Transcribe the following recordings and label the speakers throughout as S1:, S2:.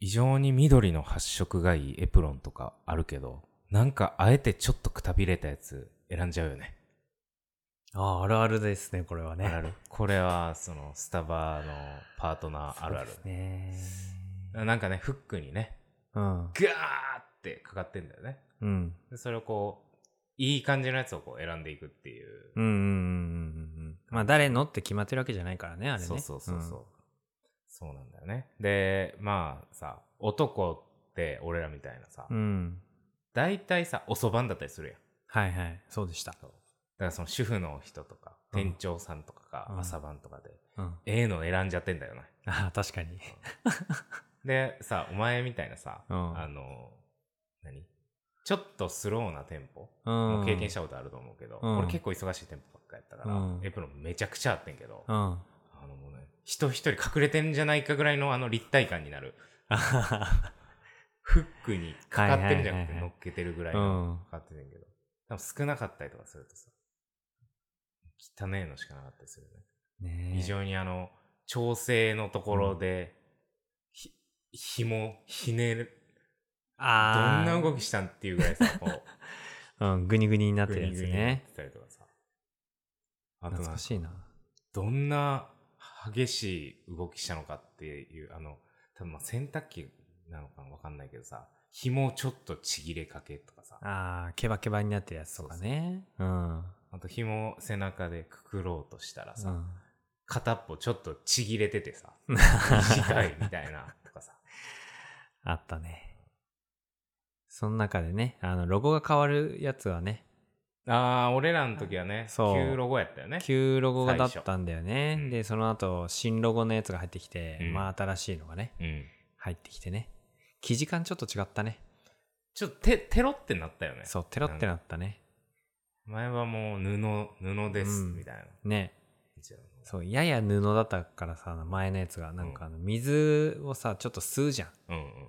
S1: 異常に緑の発色がいいエプロンとかあるけど、なんかあえてちょっとくたびれたやつ選んじゃうよね。
S2: ああ、あるあるですね、これはね。
S1: あるこれは、その、スタバのパートナーあるあ
S2: そうです
S1: る。
S2: ね。
S1: なんかね、フックにね、
S2: うん。
S1: ガーってかかってんだよね。
S2: うん。
S1: でそれをこう、いい感じのやつをこう選んでいくっていう。
S2: うんうんうんうんうんうん。まあ、誰のって決まってるわけじゃないからね、あれね。
S1: そうそうそうそう。そうなんだよね。で、まあさ、男って俺らみたいなさ、
S2: うん。うん。
S1: 大体さ、遅番だったりするやん。
S2: はいはい。そうでした。
S1: そうだからその主婦の人とか、
S2: うん
S1: 店長さんとか
S2: うん
S1: が朝晩とかで、
S2: うん。あ
S1: ええの選んじゃってんだよな。
S2: あ、確かに。
S1: で、さ、お前みたいなさ、
S2: うん
S1: あの、何ちょっとスローな店舗、
S2: う
S1: も
S2: ん。
S1: う経験したことあると思うけど、
S2: うん
S1: 俺結構忙しい店舗ばっかやったから、
S2: うん
S1: エプロンめちゃくちゃあってんけど、
S2: うん。あ
S1: あのもうね、人一人隠れてんじゃないかぐらいのあの立体感になる。
S2: はは
S1: フックにかかってるんじゃなく
S2: はいはいはいは
S1: て
S2: い
S1: 乗っけてるぐらいの
S2: うん。
S1: かかってるんやけど、多分少なかったりとかするとさ、汚ねえのしかなかったりするよね。
S2: ねえ
S1: 非常にあの、調整のところで、ひ、紐、ひねる、ど
S2: あ
S1: ん
S2: あ。
S1: な動きしたんっていうぐらいさ、こ う、
S2: うん、ぐにぐにになってるやつ
S1: グニグニなっ
S2: ね。
S1: てたりとかさ。あとな
S2: 懐
S1: ん
S2: か
S1: か
S2: しいな。
S1: どんな激しい動きしたのかっていう、あの、多分まあ洗濯機なのかわかんないけどさ、紐をちょっとちぎれかけとかさ、
S2: ああ、ケバケバになってるやつとかね。うん。
S1: あと紐を背中でくくろうとしたら
S2: う
S1: さ、
S2: ん。
S1: 片っぽちょっとちぎれてて さ、短いみたいなとかさ、
S2: あったね。その中でね、あの、ロゴが変わるやつはね、
S1: ああ、俺らの時はね、
S2: そう
S1: 旧ロゴやったよね。
S2: 旧ロゴだったんだよ
S1: 最
S2: ね。
S1: 初
S2: で、その後、新ロゴのやつが入ってきて、
S1: うん
S2: まあ新しいのがね、
S1: うん。
S2: 入ってきてね。生地感ちょっと違ったね。
S1: ちょっとテテロってなったよね。
S2: そう、テロってなったね。
S1: 前はもう布、布です、
S2: うん
S1: みたいな。
S2: ね。そう、やや布だったからさ、前のやつが、なんかあの、水をさ、ちょっと吸うじゃん。
S1: うんうんうん。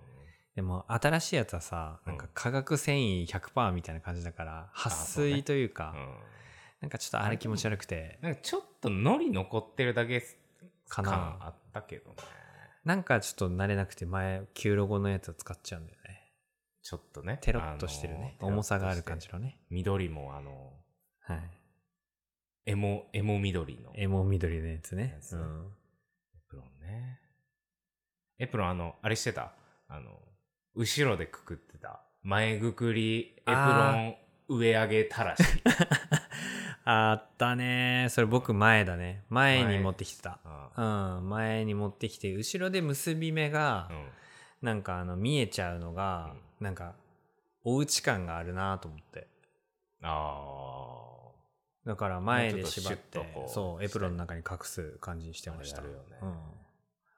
S2: でも、新しいやつはさ、
S1: う
S2: なんんか化学繊維100%みたいな感じだから、撥
S1: そう
S2: 水
S1: ね
S2: というか、
S1: うん
S2: なんかちょっとあれ気持ち悪くて、
S1: なんかちょっとノリ残ってるだけ
S2: か
S1: 感
S2: な
S1: あったけどね。
S2: なんかちょっと慣れなくて前、旧ロゴのやつを使っちゃうんだよね。
S1: ちょっとね。
S2: テロッとしてるね。
S1: あのー
S2: 重さがある感じ。
S1: テロッとして
S2: のね。
S1: 緑もあの、
S2: はい。
S1: エモ、エモ緑のエ
S2: エモ緑のやつね
S1: や。つ
S2: う
S1: ね
S2: ん。
S1: プロンね。エプロンあの、あれしてたあの、後ろでくくってた。前ぐくり、エプロン上上げたらし。
S2: あったね。それ僕前だね。前に持ってきてた。
S1: あ
S2: う
S1: あ
S2: ん。前に持ってきて、後ろで結び目が
S1: う、ん。
S2: なんかあの、見えちゃうのが、なんか、おうち感があるなと思って。
S1: あ
S2: だから前
S1: も
S2: で
S1: うちょっ
S2: 縛
S1: と
S2: って
S1: シュッとこ、う
S2: そう、エプロンの中に隠す感じにしてました。
S1: あれやるよね
S2: うん。
S1: あ。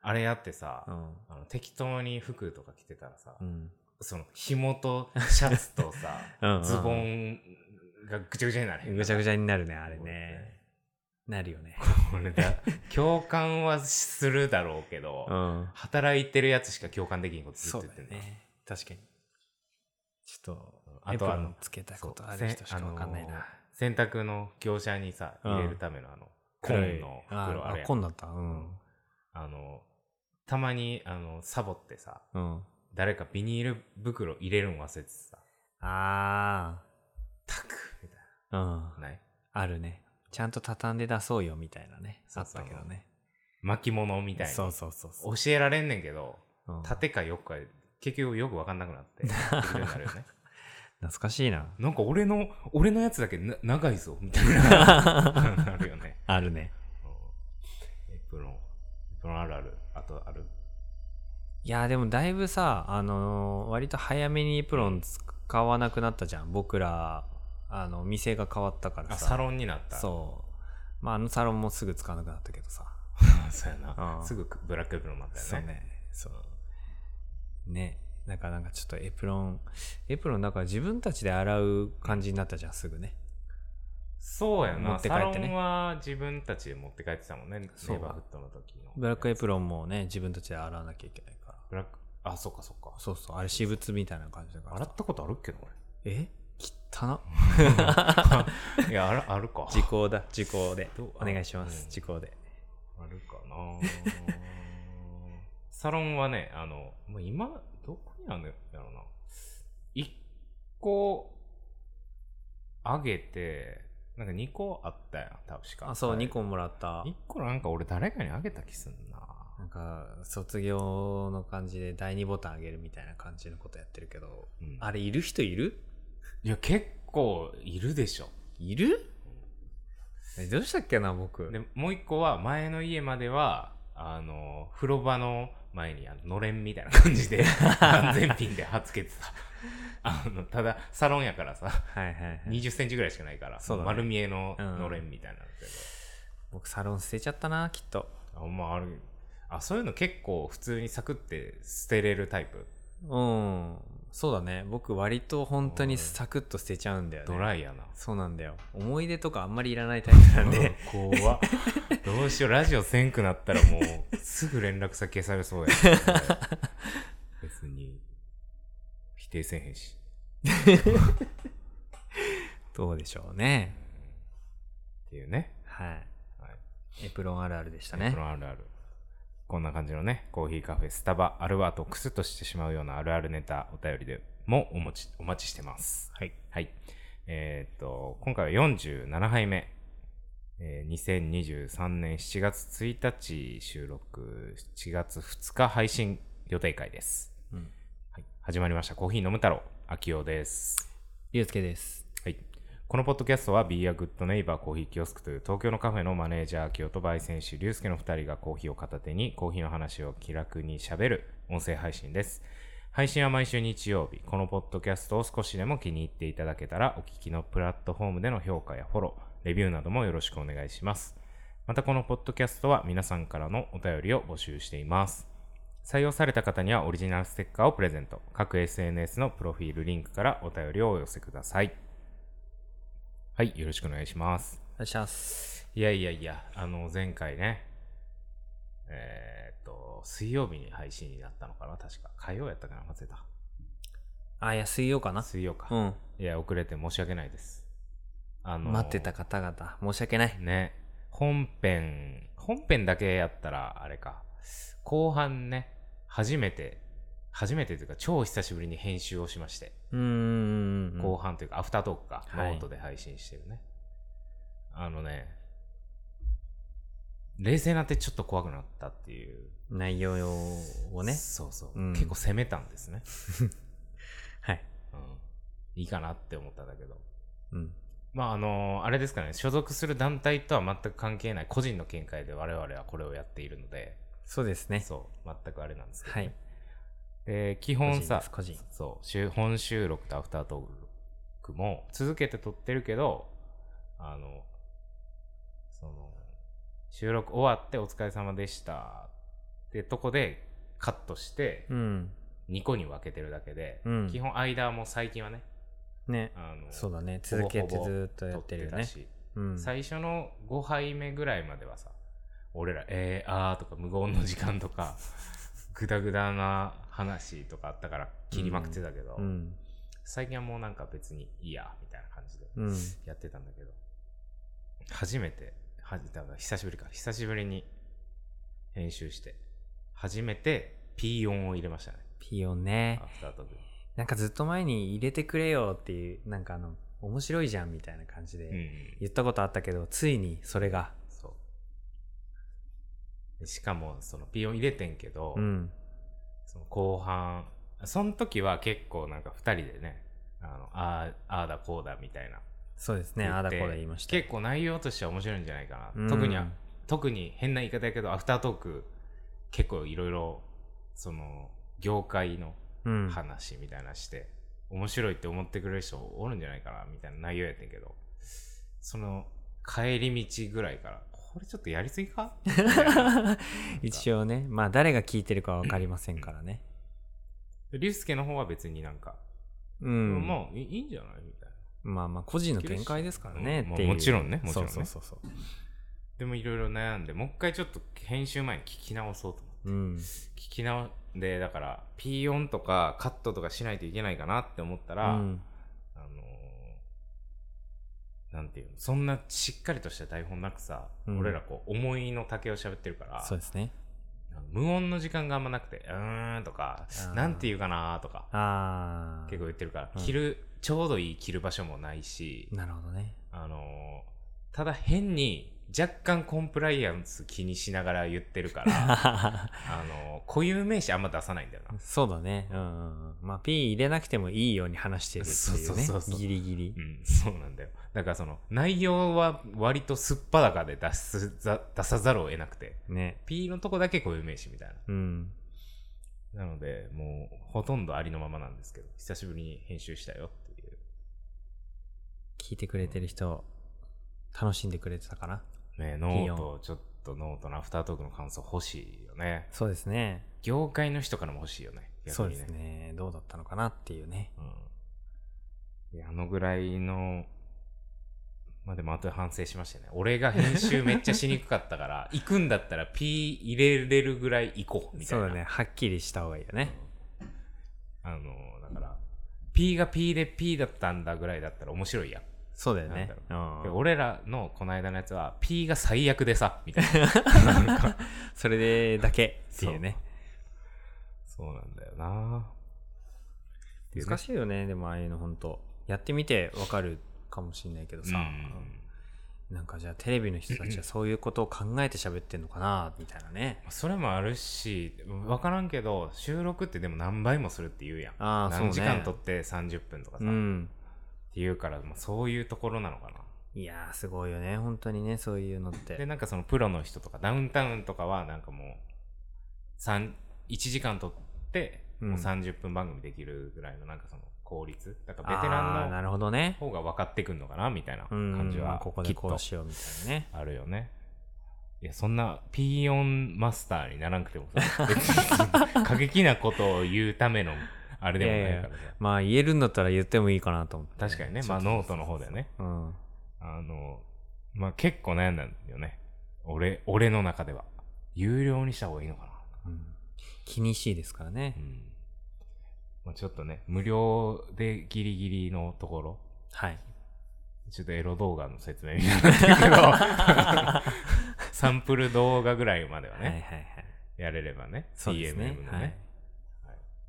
S1: あれやってさ、
S2: うん。
S1: あの適当に服とか着てたらさ、
S2: うん。
S1: その紐とシャツとさ、
S2: うんうん
S1: ズボンがぐちゃぐちゃになる。
S2: ぐちゃぐ
S1: ち
S2: ちゃになるね、あれね。。なるよね。
S1: これだ。共感はするだろうけど、
S2: ん。
S1: 働いてるやつしか共感できんことずっ
S2: そ
S1: と
S2: う
S1: 言っ
S2: だ
S1: て
S2: よ
S1: んね。
S2: ね。確かに。ちょっと、
S1: あ
S2: エプ
S1: と
S2: ロ
S1: あの
S2: ン、つけた
S1: そ
S2: こ
S1: う
S2: とある人しかわかんない
S1: せあの
S2: な。
S1: 洗濯の業者にさ、
S2: うん
S1: 入れるためのあの、
S2: 黒い
S1: 紺の袋あ
S2: あ
S1: れ、や
S2: コ
S1: ん
S2: ンだった。うん。
S1: あの、たまに、あの、サボってさ、
S2: うん。
S1: 誰かビニール袋入れるん忘れてさ、
S2: あ
S1: タクみたい
S2: あ、うん。
S1: な。ない
S2: あるね。ちゃんと畳んで出そうよみたいなね。
S1: そ
S2: あ
S1: う
S2: っ
S1: そう
S2: たけどね。
S1: 巻物みたいな。
S2: そうそうそうそう。
S1: 教えられんねんけど、
S2: うん
S1: 縦か横か結局よく分かんなくな ってってなるよね
S2: 懐かしいな。
S1: なんか俺の俺のやつだけな長いぞみたい ななるよね
S2: あるね。
S1: うんエプロンエプロンあるあるあとある
S2: いや、でもだいぶさ、あのー割と早めにエプロン使わなくなったじゃん。僕ら、あの、店が変わったから
S1: あ
S2: さ。
S1: サロンになった
S2: そう。まあ、あのサロンもすぐ使わなくなったけどさ。
S1: うそうやな、
S2: うん
S1: すぐブラックエプロンになったよね
S2: ね。そう。ね。だからなんかちょっとエプロン、エプロンだから自分たちで洗う感じになったじゃん、すぐね。
S1: そうや
S2: 持
S1: な、
S2: って帰
S1: サ
S2: っ
S1: ロ
S2: てね
S1: ンは自分たちで持って帰ってたもんねネ
S2: そう
S1: イバーフットの時の
S2: ブラックエ
S1: ロン
S2: プロンもね、自分たちで洗わなきゃいけないから。
S1: ブラックあそっかそっか
S2: そうそう、あれ私物みたいな感じだから
S1: 洗
S2: さ。
S1: ったことあるっけな
S2: え汚っ。
S1: 俺いやあらあるか
S2: 時効だ、時効で
S1: どう。
S2: お願いします
S1: う、ん
S2: 時効で。
S1: あるかな サロンはね、あの、もう今、どこにあるんだろうな。1個上げて、なんか2個あったやん、確か。
S2: あそう
S1: 二
S2: 2個もらった
S1: 1個なんか俺誰かにあげた気すんな。
S2: なんか卒業の感じで第2ボタンあげるみたいな感じのことやってるけど
S1: うん
S2: あれいる人いる
S1: いや、結構いるでしょ。
S2: いるえどうしたっけな僕
S1: で、もう一個は、前の家までは、あの、風呂場の前に、あの、のれんみたいな感じ で、安全ピンで貼っつけてた。あの、ただ、サロンやからさ、
S2: はいはい、はい、
S1: 20センチぐらいしかないから、
S2: そうだね
S1: 丸見えの
S2: うん
S1: のれんみたいなんだけ
S2: 僕サロン捨てちゃったなきっと
S1: ど、あまあ、ある、あ、そういうの結構普通にサクって捨てれるタイプ。
S2: うんそうだね僕割と本当にサクッと捨てちゃうんだよね
S1: ドライやな。
S2: そうなんだよ思い出とかあんまりいらないタイプなんで
S1: うん怖っ どうしようラジオせんくなったらもうすぐ連絡先消されそうやな これ別に否定せんへんし
S2: どうでしょうね
S1: っていうね、
S2: はい
S1: はい、
S2: エプロンあるあるでした
S1: エ
S2: ね
S1: プロンあるあるこんな感じのねコーヒーカフェスタバあるはとクスッとしてしまうようなあるあるネタお便りでもお持ちお待ちしてます
S2: はい
S1: はいえーっと今回は47杯目えー2023年7月1日収録7月2日配信予定会です
S2: うん
S1: はい、始まりました。コーヒー飲む太郎、秋代です。
S2: ゆうすけです
S1: はい。このポッドキャストは Be a Good Neighbor コーヒーキオスクという東京のカフェのマネージャー秋代と焙煎師龍介の2人がコーヒーを片手にコーヒーの話を気楽にしゃべる音声配信です。配信は毎週日曜日。このポッドキャストを少しでも気に入っていただけたら、お聞きのプラットフォームでの評価やフォロー、レビューなどもよろしくお願いします。またこのポッドキャストは皆さんからのお便りを募集しています。採用された方にはオリジナルステッカーをプレゼント。各 SNS のプロフィールリンクからお便りをお寄せください。はい、よろしくお願いします。
S2: お願いします
S1: いやいやいや、あの、前回ね、えーっと、水曜日に配信になったのかな、確か。火曜やったかな、忘れた。
S2: あいや水曜かな
S1: 水曜か。
S2: うん
S1: いや、遅れて申し訳ないです。あの
S2: 待ってた方々申し訳ない
S1: ね本編本編だけやったらあれか後半ね初めて初めてというか超久しぶりに編集をしまして、
S2: うーん
S1: 後半というかアフタートークか、
S2: はい
S1: ノートで配信してるねあのね冷静になってちょっと怖くなったっていう
S2: 内容をね
S1: そうそう、
S2: うん
S1: 結構攻めたんですね、
S2: はい
S1: うん、いいかなって思ったんだけど
S2: うん
S1: まああのあれですかね所属する団体とは全く関係ない個人の見解で我々はこれをやっているので
S2: そうですね
S1: そう全くあれなんですけど、
S2: は
S1: ね
S2: い
S1: で基本さ
S2: 個人です個人
S1: そう収本収録とアフタートークも続けて撮ってるけどあのその収録終わってお疲れ様でしたってとこでカットして
S2: うん
S1: 2個に分けてるだけで、
S2: うん
S1: 基本間も最近はね
S2: ね
S1: あの
S2: そうだね続けて
S1: ほぼほぼ
S2: ずっとやってるよ
S1: 撮た
S2: ね
S1: し
S2: うん
S1: 最初の5杯目ぐらいまではさ俺ら「えー、あー」とか「無言の時間」と かグダグダな話とかあったから切りまくってたけど、
S2: うん
S1: 最近はもうなんか別にいいやみたいな感じで
S2: うん
S1: やってたんだけど、初めてはじだから久しぶりか久しぶりに編集して初めて P 音を入れましたね
S2: ピオね
S1: アフタートークに
S2: なんかずっと前に入れてくれよっていうなんかあの面白いじゃんみたいな感じ
S1: うんう
S2: で
S1: ん
S2: 言ったことあったけどついにそれが
S1: そうでしかもその P 音入れてんけど、
S2: うん
S1: その後半その時は結構なんか2人でねあのあーあーだこうだみたいな
S2: そうですね
S1: 言って
S2: ああだこうだ言いました
S1: 結構内容としては面白いんじゃないかな、
S2: うん
S1: 特には特に変な言い方やけどアフタートーク結構いろいろその業界の
S2: うん
S1: 話みたいなして、面白いって思ってくれる人おるんじゃないかなみたいな内容やってんけどその帰り道ぐらいからこれちょっとやりすぎ かみたいな
S2: 一応ねまあ誰が聞いてるかわかりませんからね
S1: 竜介の方は別になんか、
S2: うん
S1: まあいいいんじゃないみたいな
S2: まあまあ個人の見解ですからね
S1: うん
S2: っていう
S1: もちろんねもちろんね
S2: そうそうそうそ
S1: でもいろいろ悩んでもう一回ちょっと編集前に聞き直そうと思って
S2: ううん
S1: 聞き直でだからピー音とかカットとかしないといけないかなって思った
S2: う
S1: ら、
S2: ん
S1: あのーなんていうのそんなしっかりとした台本なくさ、
S2: うん
S1: 俺らこう思いの丈を喋ってるから
S2: そうですね
S1: なんか無音の時間があんまなくて、うーんとか
S2: あ、ー
S1: なんて言うかなとか、
S2: ああ。
S1: 結構言ってるから、
S2: うん
S1: 着る、ちょうどいい着る場所もないし、
S2: なるほどね。
S1: あのーただ変に若干コンプライアンス気にしながら言ってるか ら、あのー固有名詞あんま出さないんだよな。
S2: そうだね。うんうんうん。まあ、ピー入れなくてもいいように話してるっていうね。
S1: そうそうそうそう
S2: ギリギリ
S1: う。ん、そうなんだよ。だからその、内容は割とすっぱだかで出すざ出さざるを得なくて、
S2: ね。
S1: P のとこだけ固有名詞みたいな。
S2: うん。
S1: なので、もうほとんどありのままなんですけど、久しぶりに編集したよっていう。
S2: 聞いてくれてる人、楽しんでくれてたかな。
S1: ね、
S2: いい
S1: ノ
S2: よ
S1: ート、ちょっとノートのアフタートークの感想欲しいよね。
S2: そうですね。
S1: 業界の人からも欲しいよね。
S2: そう
S1: 逆に
S2: ですね。どうだったのかなっていうね。
S1: うんいやあのぐらいの、まあでも後で反省しましたね。俺が編集めっちゃしにくかった から、行くんだったら P 入れれるぐらい行こうみた
S2: そ
S1: いうな。
S2: だね。はっきりした方がいいよね。
S1: あの、だから、P が P で P だったんだぐらいだったら面白いやん。
S2: そうだよ
S1: なん
S2: ね
S1: だろ。
S2: うん
S1: で俺らのこの間のやつは P が最悪でさ、みたい な。
S2: それでだけっていうね。
S1: そうなんだよなっていうね
S2: 難しいよね。でもああいうの本当やってみてわかるかもしれないけどさ。
S1: うん
S2: なんかじゃあテレビの人た ちはそういうことを考えて喋ってんのかなみたいなね。
S1: それもあるし分からんけど収録ってでも何倍もするって言うやん
S2: ああ、そうね。
S1: 何時間取って30分とかさ、
S2: う
S1: っ
S2: ん。
S1: ていうから、まあ、そういうところなのかない
S2: やー、すごいよね。本当にね、そういうのっ
S1: で
S2: て。
S1: なんかそのプロの人とかダウンタウンとかはなんかもう3 1時間取って
S2: うん
S1: もう30分番組できるぐらいのなんかその効率だからベテ
S2: あ
S1: ラ
S2: ー
S1: ンの
S2: なるほどね。
S1: 方が分かってくんのかなみたいな
S2: うん。
S1: 感じ
S2: まあ
S1: は
S2: ここ
S1: き
S2: で
S1: っ
S2: こう
S1: と
S2: しようみたいなね。
S1: あるよねいやそんなピーヨンマスターにならなくても さ別に過激なことを言うためのあれでもないからさ
S2: まあ言えるんだったら言ってもいいかなと思って。
S1: 確かにね
S2: そう
S1: まあノートの方だよね
S2: うん。
S1: あの、まあ、結構悩んだんだよね。俺、俺の中では。有料にした方がいいのかな。
S2: うん気にしいですからね
S1: う。ん。まあ、ちょっとね、無料でギリギリのところ、
S2: はい。
S1: ちょっとエロ動画の説明みたいになって るけ ど、サンプル動画ぐらいまではね、
S2: はいはいはい。
S1: やれればね、
S2: そうですね
S1: TMM のね、
S2: はい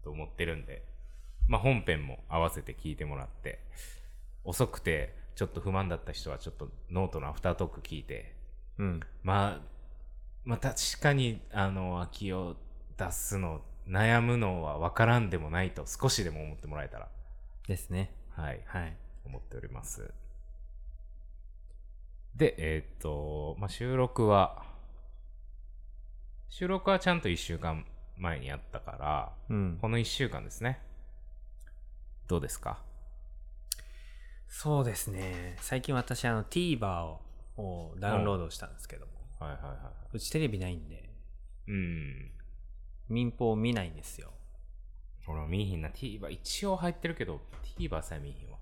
S1: と思ってるんで、まあ、本編も合わせて聞いてもらって、遅くて、ちょっと不満だった人は、ちょっとノートのアフタートーク聞いて、
S2: うん。
S1: まあ、まあ確かにあの秋を出すの悩むのは分からんでもないと少しでも思ってもらえたら
S2: ですね。
S1: はい
S2: はい。
S1: 思っておりますでえーっと、まあ、収録は収録はちゃんと1週間前にやったから
S2: うん
S1: こ。の1週間ですねどうですか
S2: そうですね。最近私、あの、TVer ををダウンロードしたんですけども。
S1: はいはいは
S2: うちテレビないんで、
S1: いうん
S2: 民放を見ないんですよ。
S1: 俺も見えひんな TVer 一応入ってるけど TVer さえ見えひんわ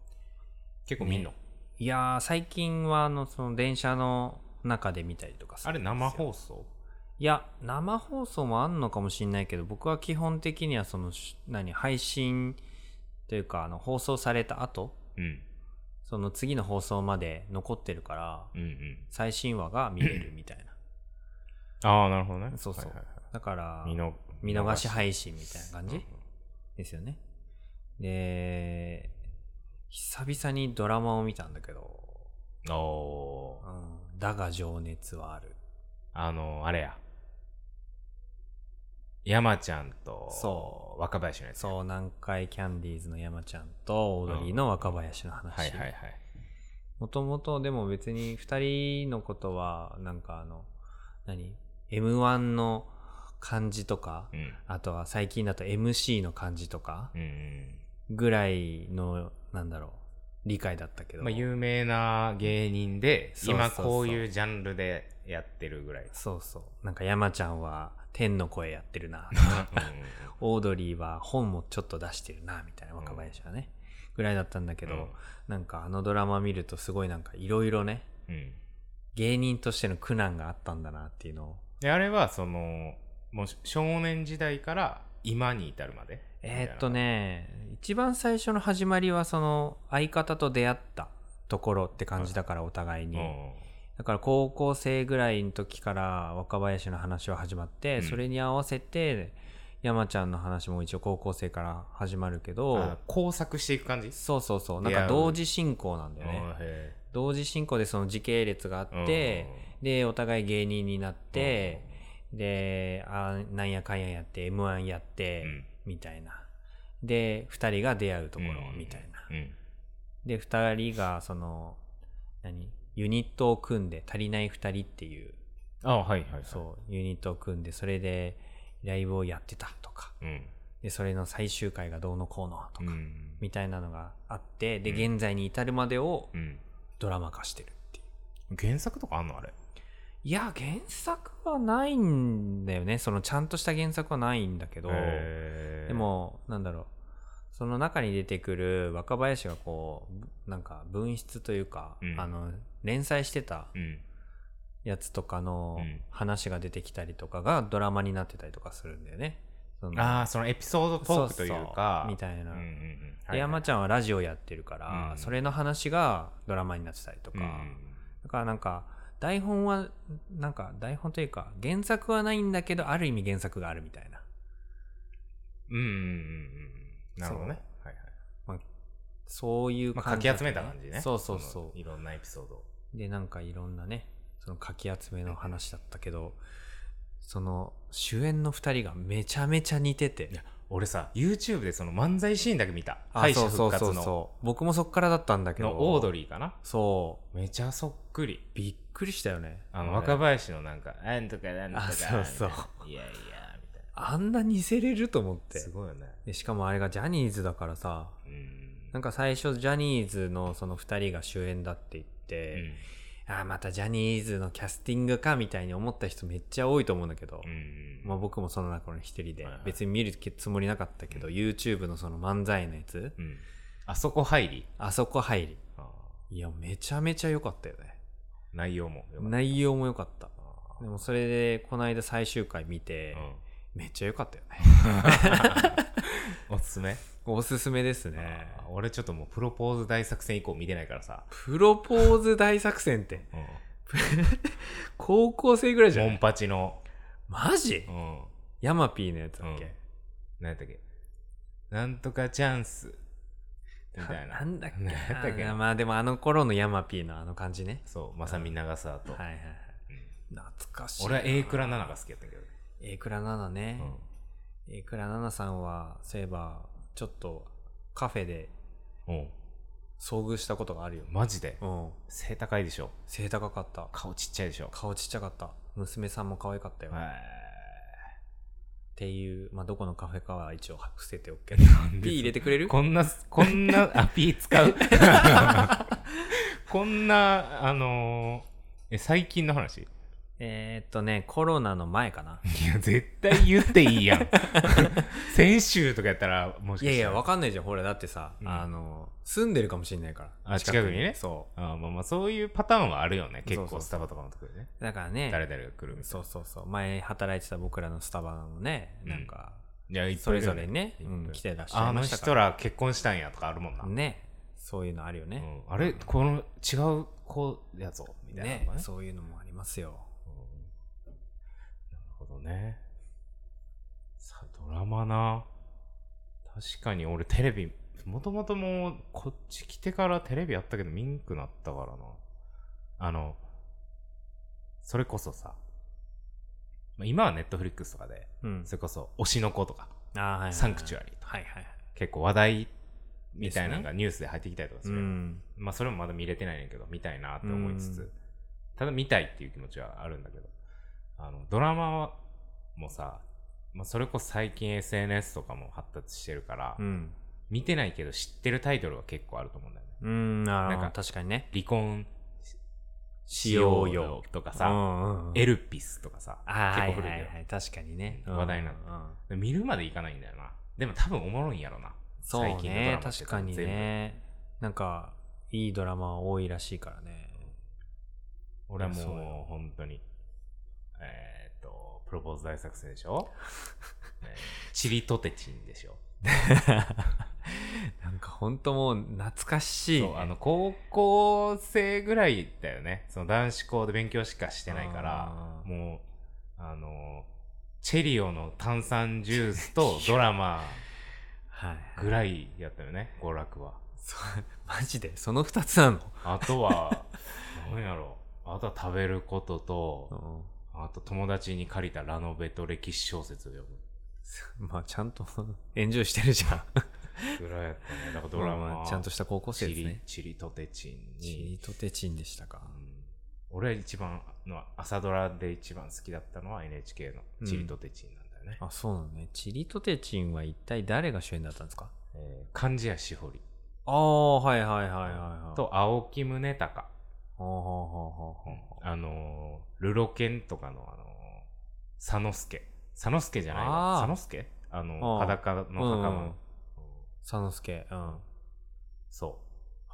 S1: 結構見んの、
S2: いやー、最近は、あの、その、電車の中で見たりとかす
S1: あれ
S2: るんですよ
S1: 生放送
S2: いや、生放送もあんのかもしんないけど、僕は基本的には、その、し何、配信というか、あの、放送された後、
S1: うん。
S2: その次の放送まで残ってるから、
S1: うんうん。
S2: 最新話が見れるみたいな。
S1: ああ、なるほどね。
S2: そうそう
S1: はいはいは
S2: だから、
S1: い見の
S2: 見逃し配信みたいな感じ、
S1: うん
S2: ですよね。で、久々にドラマを見たんだけど、
S1: うんお
S2: う
S1: ー
S2: ん、だが情熱はある。
S1: あのー、あれや。山ちゃんと、。
S2: そう
S1: 若林のやつ。
S2: そう、南海キャンディーズの山ちゃんとオードリーの若林の
S1: はい
S2: 話
S1: はいはい。。
S2: もともとでも別に2人のことは、なんかあの、何 ?M1 の感じとか、
S1: うん。
S2: あとは最近だと MC の感じとか
S1: うんうん。
S2: ぐらいの、なんだろう、理解だったけど。
S1: まあ、有名な芸人で、
S2: そうそう
S1: 今
S2: そう
S1: こういうジャンルでやってる ぐらい。
S2: そうそう。なんか山ちゃんは天の声やってるな。オードリーは本もちょっと出してるな、みたいな若林はね。ぐらいだったんだけ
S1: け
S2: ど、なんかあのドラマ見るとすごいなんかいろいろね、
S1: うん。
S2: 芸人としての苦難があったんだなっていうのを。
S1: で、あれは、その、もう少年時代から今に至るまで。
S2: えーっと。ね、一番最初の始まりはその相方と出会ったところって感じだからお互い
S1: うん
S2: に。
S1: うん。
S2: だから高校生ぐらいの時から若林の話は始まって、
S1: うん
S2: それに合わせて山ちゃんの話も一応高校生から始まるけど
S1: あ工作していく感じ
S2: そうそうそうなん
S1: 出会
S2: か
S1: う
S2: 同時進行なんだよね
S1: あーへ
S2: 同時進行でその時系列があ
S1: ー
S2: って、でお互い芸人になって、であなんやかんややって m 1やって、
S1: うん
S2: みたいなで2人が出会うところ
S1: うん
S2: みたいな、
S1: うんうん
S2: で2人がその何ユニットを組んで足りない2人っていう
S1: あはいはいはい
S2: そうユニットを組んでそれでライブをやってたとか
S1: うん
S2: でそれの最終回がどうのこうのとか、
S1: うん
S2: みたいなのがあってで
S1: うん
S2: 現在に至るまでを
S1: うん
S2: ドラマ化してるっていう
S1: 原作とかあんのあれ
S2: いや原作はないんだよねそのちゃんとした原作はないんだけど
S1: へー
S2: でもなんだろうその中に出てくる若林がこうなんか分室というか、
S1: うん
S2: あの連載してた
S1: うん
S2: やつとかの
S1: うん
S2: 話が出てきたりとかがドラマになってたりとかするんだよね。その
S1: ああそのエピソードトークというか
S2: そうそうみたいな。
S1: うんうんうんはいは
S2: で
S1: い
S2: 山ちゃんはラジオやってるから、
S1: うん
S2: それの話がドラマになってたりとか、
S1: うん
S2: だからなんか台本はなんか台本というか原作はないんだけどある意味原作があるみたいな、
S1: うんうんうんうんなるほどねはいはい
S2: まあ、そういう
S1: まあ、
S2: 感
S1: か
S2: じ
S1: き
S2: だった
S1: 集めた感じね
S2: そうそうそ
S1: のいろんなエピソードを
S2: うでなんかいろんなねそのかき集めの話だったけどその主演の2人がめちゃめちゃ似てて
S1: いや俺さ YouTube でその漫才シーンだけ見た
S2: あ
S1: 敗者
S2: そうそ
S1: 復
S2: う
S1: 活
S2: そう
S1: の
S2: そう僕もそっからだったんだけど
S1: のオードリーかな
S2: そ
S1: めちゃそっくり
S2: うびっくりしたよね
S1: あの
S2: 俺
S1: 若林のなんか「なんとかなんとか」
S2: あそうそう
S1: みたいないやいやみたい
S2: あんな似せれると思っ
S1: な
S2: て
S1: すごいよね
S2: でしかもあれがジャニーズだからさ
S1: うん
S2: なんか最初ジャニーズのその2人が主演だって言っ
S1: う
S2: て、
S1: ん
S2: ああまたジャニーズのキャスティングかみたいに思った人めっちゃ多いと思うんだけど、
S1: うん
S2: まあ、僕もその中の一人で、
S1: はいはい
S2: 別に見るつもりなかったけど、YouTube のその漫才のやつ
S1: うんあそこ入り
S2: あそこ入り
S1: あー
S2: いやめちゃめちゃ良かったよね
S1: 内容もよかった
S2: 内容も良かった
S1: あ
S2: でもそれでこの間最終回見て、
S1: ー
S2: めっちゃ良かったよね
S1: うんおすすめ
S2: おすすめですね
S1: あー俺ちょっともうプロポーズ大作戦以降見てないからさ
S2: プロポーズ大作戦って高校生ぐらいじゃ
S1: モ
S2: な
S1: ン
S2: い
S1: パチの
S2: マジ
S1: うん
S2: ヤマピーのやつだっけ、
S1: うん何やったっけなんとかチャンスみたいな。
S2: んだっけ
S1: 何やったっけ
S2: あーまあでもあの頃のヤマピーのあの感じね。
S1: そう、まさみ長沢と。
S2: はいはいはい。懐かしいな。
S1: 俺は A 倉奈々が好きやったけどね。
S2: A 倉奈々ね
S1: う。
S2: A 倉奈々さんは、そういえば、ちょっとカフェで
S1: んうん。
S2: 遭遇したことがあるよ。
S1: マジで。
S2: うん。
S1: 背高いでしょ。
S2: 背高かった。
S1: 顔ちっちゃいでしょ。
S2: 顔ちっちゃかった。娘さんも可愛かったよ。っ
S1: は
S2: ていう、まあどこのカフェかは一応伏せてお くけど。
S1: い
S2: P 入れてくれる
S1: こんな、こん な、あ、P 使うこんな、あのーえ、最近の話い
S2: えーっとね、コロナの前かな。
S1: や、絶対言っていいやん。 先週とかやったら、もし
S2: い
S1: か
S2: やい
S1: した
S2: や、
S1: ら。
S2: わかんないじゃん。ほら、だってさ、
S1: うん
S2: あの、住んでるかもしれないから。
S1: あ近くにね
S2: そう。
S1: あーまあまあ、そういうパターンはあるよね。結
S2: そうそ
S1: 構
S2: うそう
S1: スタバとかのところでね。
S2: だからね、
S1: 誰々が来るみたいな。
S2: そうそうそう、前働いてた僕らのスタバのね、
S1: うん
S2: なんか、
S1: いや、いっぱ
S2: そ
S1: い
S2: れ
S1: いるよ
S2: ぞ
S1: ね
S2: れね、
S1: いっ
S2: う
S1: ぱい
S2: ん、来てらっしゃ
S1: あ
S2: いま
S1: の
S2: した
S1: 人
S2: から
S1: 結婚したんやとかあるもんな。
S2: ら。ね、そういうのあるよね。
S1: うんあれこの違う子やぞみたいな
S2: ね
S1: のが、ね
S2: そういうのもありますよ。
S1: うんなるほどね。さあ、ドラマな。確かに俺テレビ、もともともうこっち来てからテレビやったけど見んくなったからな。あの、それこそさ、まあ今はネットフリックスとかで、
S2: うん
S1: そ。れこそ推しの子とか、
S2: あーはいはいはい
S1: サンクチュアリーとか
S2: はいはいはい。
S1: 結構話題みたいなのがニュースで入ってきたりとかす
S2: う
S1: るやん、
S2: ん。
S1: まあそれもまだ見れてないねんけど見たいなって思いつつ、
S2: うん
S1: ただ見たいっていう気持ちはあるんだけどあのドラマもさ、まあ、それこそ最近 SNS とかも発達してるから、
S2: うん。
S1: 見てないけど知ってるタイトルは結構あると思うんだよね
S2: うん、なる
S1: なん
S2: ほ
S1: か
S2: ど。確かにね。
S1: 離婚
S2: しようよ
S1: とか
S2: う
S1: さ、
S2: んうんうん
S1: エルピスとかさ
S2: あー
S1: 結構古い
S2: は
S1: け
S2: い
S1: ど
S2: はいはい。確かにね。
S1: うん話題になっ
S2: の
S1: て見るまでいかないんだよなでも多分おもろいんやろな
S2: そう
S1: 最近のドラ
S2: ね。
S1: マって
S2: 確かに
S1: 全部
S2: ね。なんか、いいドラマは多いらしいから ね。
S1: 俺は
S2: そう
S1: も
S2: よ
S1: う本当にえーっとプロ ポーズ大作戦でしょ、えーチリトテチンでしょ
S2: なんかほんともう懐かしいね、
S1: そうあの高校生ぐらいだよねその男子校で勉強しかしてないから
S2: あー
S1: もうあのチェリオの炭酸ジュースとドラマ
S2: はい
S1: ぐらいやったよ ね娯楽は
S2: そうマジでその2つなの
S1: あとは何やろあとは食べることとあと友達に借りたラノベと歴史小説を読
S2: まあちゃんと エンジョイしてるじ ゃん
S1: むぐらいやったねだからドラ
S2: まあま
S1: マ
S2: あちゃんとした高校生ですね
S1: チリチリとてちん
S2: チ
S1: に
S2: リとテチンでしたか
S1: うん俺は一番の朝ドラで一番好きだったのは NHK の「チリとテチン」なんだよね、
S2: あそうなのねチリとテチンは一体誰が主演だったんですか
S1: えー貫地谷しほり
S2: ああはいはいはいはいはい
S1: と青木宗隆、
S2: ほうほうほうほうほう
S1: あのールロケンとかの、あのー佐之助佐之助じゃないわ
S2: あー
S1: 佐之助あの
S2: あー
S1: 裸の袴の、
S2: うん佐之助うん
S1: そ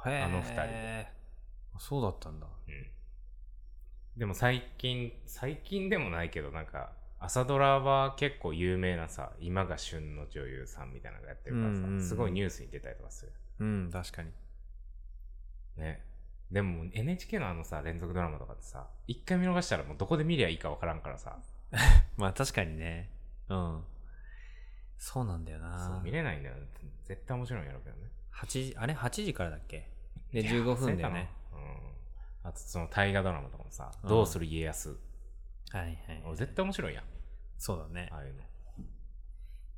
S2: へえ
S1: あの二
S2: 人そうだったんだ
S1: う、うん、でも最近最近でもないけどなんか朝ドラは結構有名なさ今が旬の女優さんみたいなのがやってるからさ、
S2: うんうんうん
S1: すごいニュースに出たりとかする
S2: うん確かに
S1: ねでも NHK のあのさ連続ドラマとかってさ一回見逃したらもうどこで見りゃいいかわからんからさ
S2: まあ確かにねうんそうなんだよ
S1: そう
S2: な
S1: 見れないんだよね絶対面白いんやろうけどね
S2: 八時あれ8時からだっけで
S1: いやー
S2: 15分だよ
S1: 忘れ
S2: ね
S1: たなうんあとその大河ドラマとかもさ「
S2: うん
S1: どうする家康
S2: はいはい」
S1: 絶対面白いやん
S2: そうだね
S1: ああいうの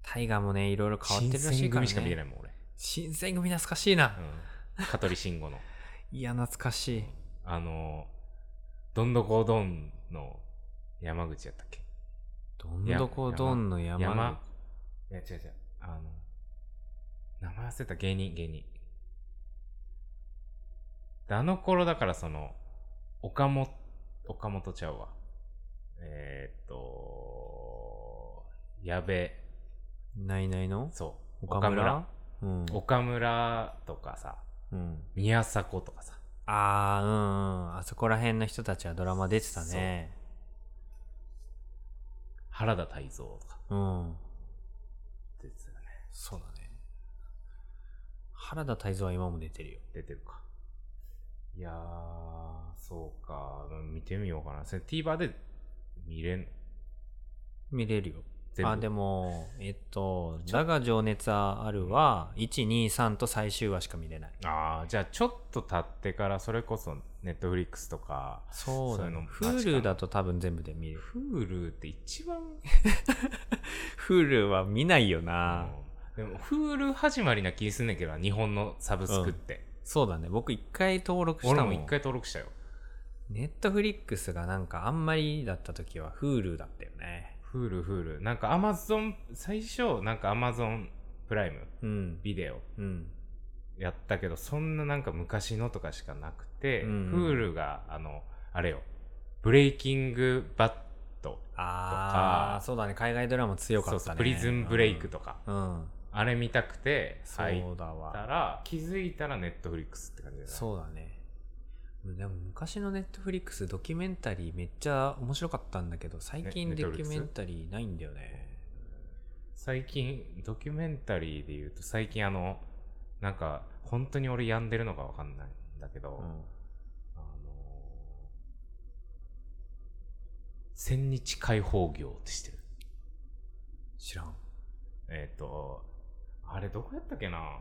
S2: タイガーもねいろいろ変わってるらし
S1: 新
S2: い
S1: 選
S2: から、
S1: 組
S2: ね、
S1: しか見れないもん俺、
S2: 新選組懐かしいな、
S1: うん、香取慎吾の
S2: いや懐かしい
S1: あのーどんどこどんの山口やったっけ
S2: どんどこどんの山
S1: 山いや違う違うあの名前忘れた芸人芸人であの頃だからその岡本岡本ちゃうわえー、っと矢部
S2: ないないの
S1: そう
S2: 岡村うん、
S1: 岡村とかさ
S2: うん、
S1: 宮迫とかさ
S2: ああうん、うん、あそこら辺の人たちはドラマ出てたね
S1: 原田泰造とか
S2: うん
S1: 出てたよね
S2: そうだね原田泰造は今も出てるよ
S1: 出てるかいやーそうか見てみようかなそれ TVer で見れんの
S2: 見れるよ
S1: 全部
S2: あでもえっと「だが情熱はある」は123と最終話しか見れない
S1: ああじゃあちょっと経ってからそれこそネットフリックスとか
S2: そう
S1: そ
S2: だ
S1: ういうの
S2: ね
S1: マジか
S2: Hulu だと多分全部で見る
S1: Hulu って一番
S2: Hulu は見ないよな、
S1: でも Hulu 始まりな気すんねんけどな日本のサブスクって、
S2: そうだね僕一回登録した
S1: 俺
S2: もん
S1: も一回登録したよ
S2: ネットフリックスがなんかあんまりだった時は Hulu だったよね
S1: Hulu Hulu なんか Amazon 最初なんか Amazon プライム
S2: うん
S1: ビデオ
S2: うん
S1: やったけどそんななんか昔のとかしかなくて、
S2: うんうん
S1: Hulu があのあれよブレイキングバット
S2: あ
S1: とか
S2: あそうだね海外ドラマ強かった
S1: そうそ
S2: ね
S1: うプリズンブレイクとか、
S2: うん、うん
S1: あれ見たくて入っ
S2: そうだわ
S1: たら気づいたらネットフリックスって感じだね
S2: そうだねでも昔のネットフリックスドキュメンタリーめっちゃ面白かったんだけど最近
S1: ね
S2: ド
S1: Netflix？
S2: キュメンタリーないんだよね
S1: 最近ドキュメンタリーで言うと最近あのなんか本当に俺病んでるのかわかんないんだけど、
S2: うん
S1: あのー千日解放業ってしてる
S2: 知らん
S1: えっ、とあれどこやったっけな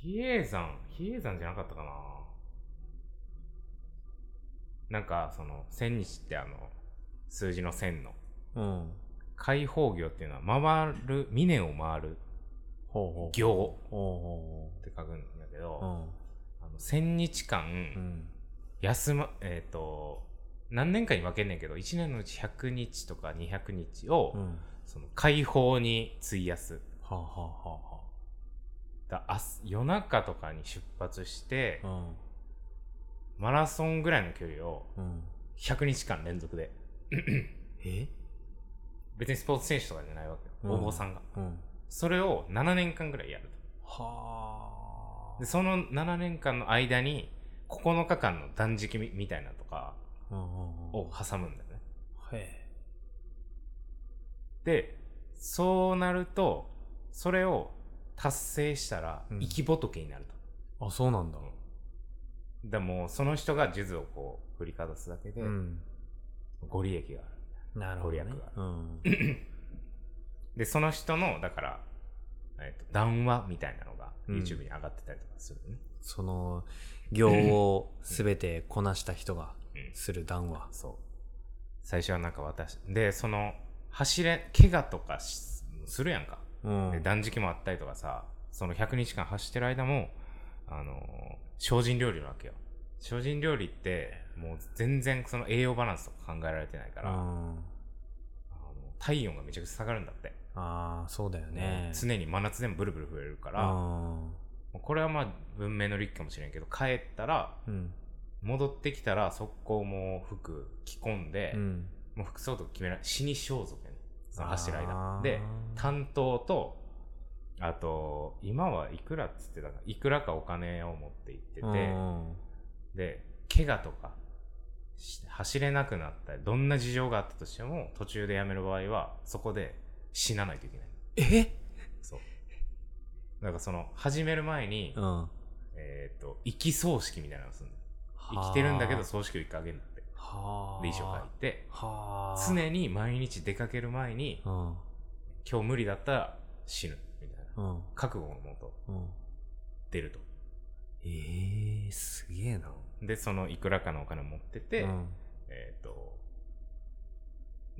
S1: 比叡山比叡山じゃなかったかななんかその千日ってあの数字の千の
S2: うん
S1: 開放業っていうのは回る峰を回る
S2: ほうほう
S1: 行
S2: ほ
S1: って書くんだけ
S2: うほうほうう
S1: ど、
S2: ん
S1: あの千日
S2: う
S1: 間
S2: ん
S1: 休まえっ、と何年かに分けんねんけど1年のうち100日とか200日を、
S2: うん
S1: その解放に費やす
S2: はあはあは
S1: だ明日夜中とかに出発して、
S2: あは
S1: マラソンぐらいの距離を
S2: あうんうん
S1: 100日間連続で
S2: え
S1: 別にスポーツ選手とかじゃないわけよ
S2: う
S1: お
S2: ん
S1: 坊さんが、
S2: うん
S1: それを7年間ぐらいやると
S2: は
S1: でその7年間の間に9日間の断食みみたいなのとか
S2: あうんうんうん
S1: を挟むんだよね
S2: へえ
S1: でそうなるとそれを達成したら
S2: うん
S1: 生き仏になると、
S2: あそうなんだ
S1: でもうその人が数珠をこう振りかざすだけで
S2: うん
S1: ご利益がある、
S2: なるほど、ね
S1: 攻略があ、
S2: うん
S1: でその人のだから、えっと談話みたいなのが
S2: うん
S1: YouTube に上がってたりとかするね、
S2: その行を全てこなした人が
S1: うん
S2: する談話
S1: そう最初はなんか私でその走れ怪我とかしするやんか
S2: うん、
S1: で断食もあったりとかさその100日間走ってる間もあのー精進料理なわけよ精進料理ってもう全然その栄養バランスとか考えられてないから、
S2: う
S1: あの
S2: ん
S1: 体温がめちゃくちゃ下がるんだって、
S2: ああそうだよ
S1: も
S2: ね
S1: う常に真夏でもブルブル増えるから、も
S2: あ
S1: うこれはまあ文明の利器かもしれんけど帰ったら
S2: うん
S1: 戻ってきたら速攻もう服着込んで、
S2: うん
S1: もう服装とか決めない死に装束やねその走ってる間
S2: あー
S1: で担当とあと今はいくらっつってたかいくらかお金を持って行ってて、
S2: うん
S1: で怪我とかし走れなくなったりどんな事情があったとしても途中でやめる場合はそこで死なないといけない
S2: え
S1: そうだからその始める前に、
S2: うん
S1: えっ、と生き葬式みたいなのをするの生きてるんだけど葬式を一回あげるんだってで
S2: はあ
S1: 衣装書いて
S2: はあ
S1: 常に毎日出かける前に
S2: うん
S1: 今日無理だったら死ぬみたいな
S2: うん
S1: 覚悟のもと
S2: うん
S1: 出ると
S2: えー、すげえな
S1: でそのいくらかのお金を持ってて、
S2: うん
S1: えっ、と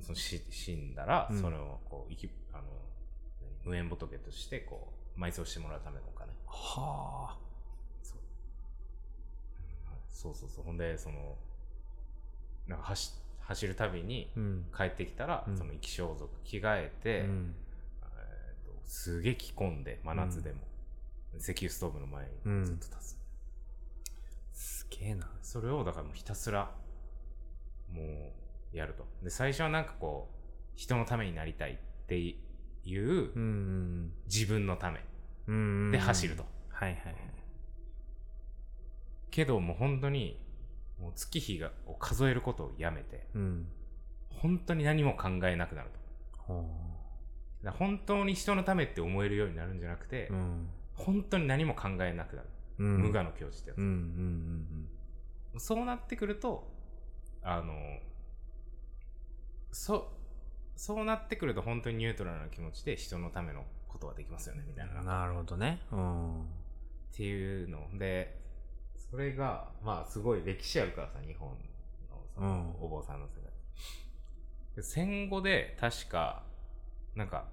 S1: そのし死んだら、
S2: うん
S1: それをこう生きあの何無縁仏としてこう埋葬してもらうためのお金
S2: はあ
S1: そうそうそうそうほんでそのなんか走走るたびに
S2: うん
S1: 帰ってきたら、
S2: うん
S1: その生き装束着替えて、
S2: うん
S1: えーとすげえ着込んで真夏でも、石油ストーブの前にずっと立つ、
S2: すげえな
S1: それをだからもうひたすらもうやるとで最初はなんかこう人のためになりたいっていう
S2: うんうん
S1: 自分のため
S2: うんうん
S1: で走る
S2: と
S1: と、
S2: はいはいはい
S1: けどもう本当にもう月日がを数えることをやめて
S2: うん
S1: 本当に何も考えなくなると
S2: ほ
S1: だから本当に人のためって思えるようになるんじゃなくて、
S2: ううん
S1: 本当に何も考えなくなる、
S2: うん
S1: 無我の境地ってやつ、
S2: うんうんうん
S1: そうなってくると、あの、そ、そうなってくると本当にニュートラルな気持ちで人のためのことはできますよね、みたいな。
S2: うん
S1: っ
S2: なるほどねうん
S1: ていうので、それが、まあすごい歴史あるからさ、日本のその
S2: うん
S1: お坊さんの世界。で戦後で確か、なんか、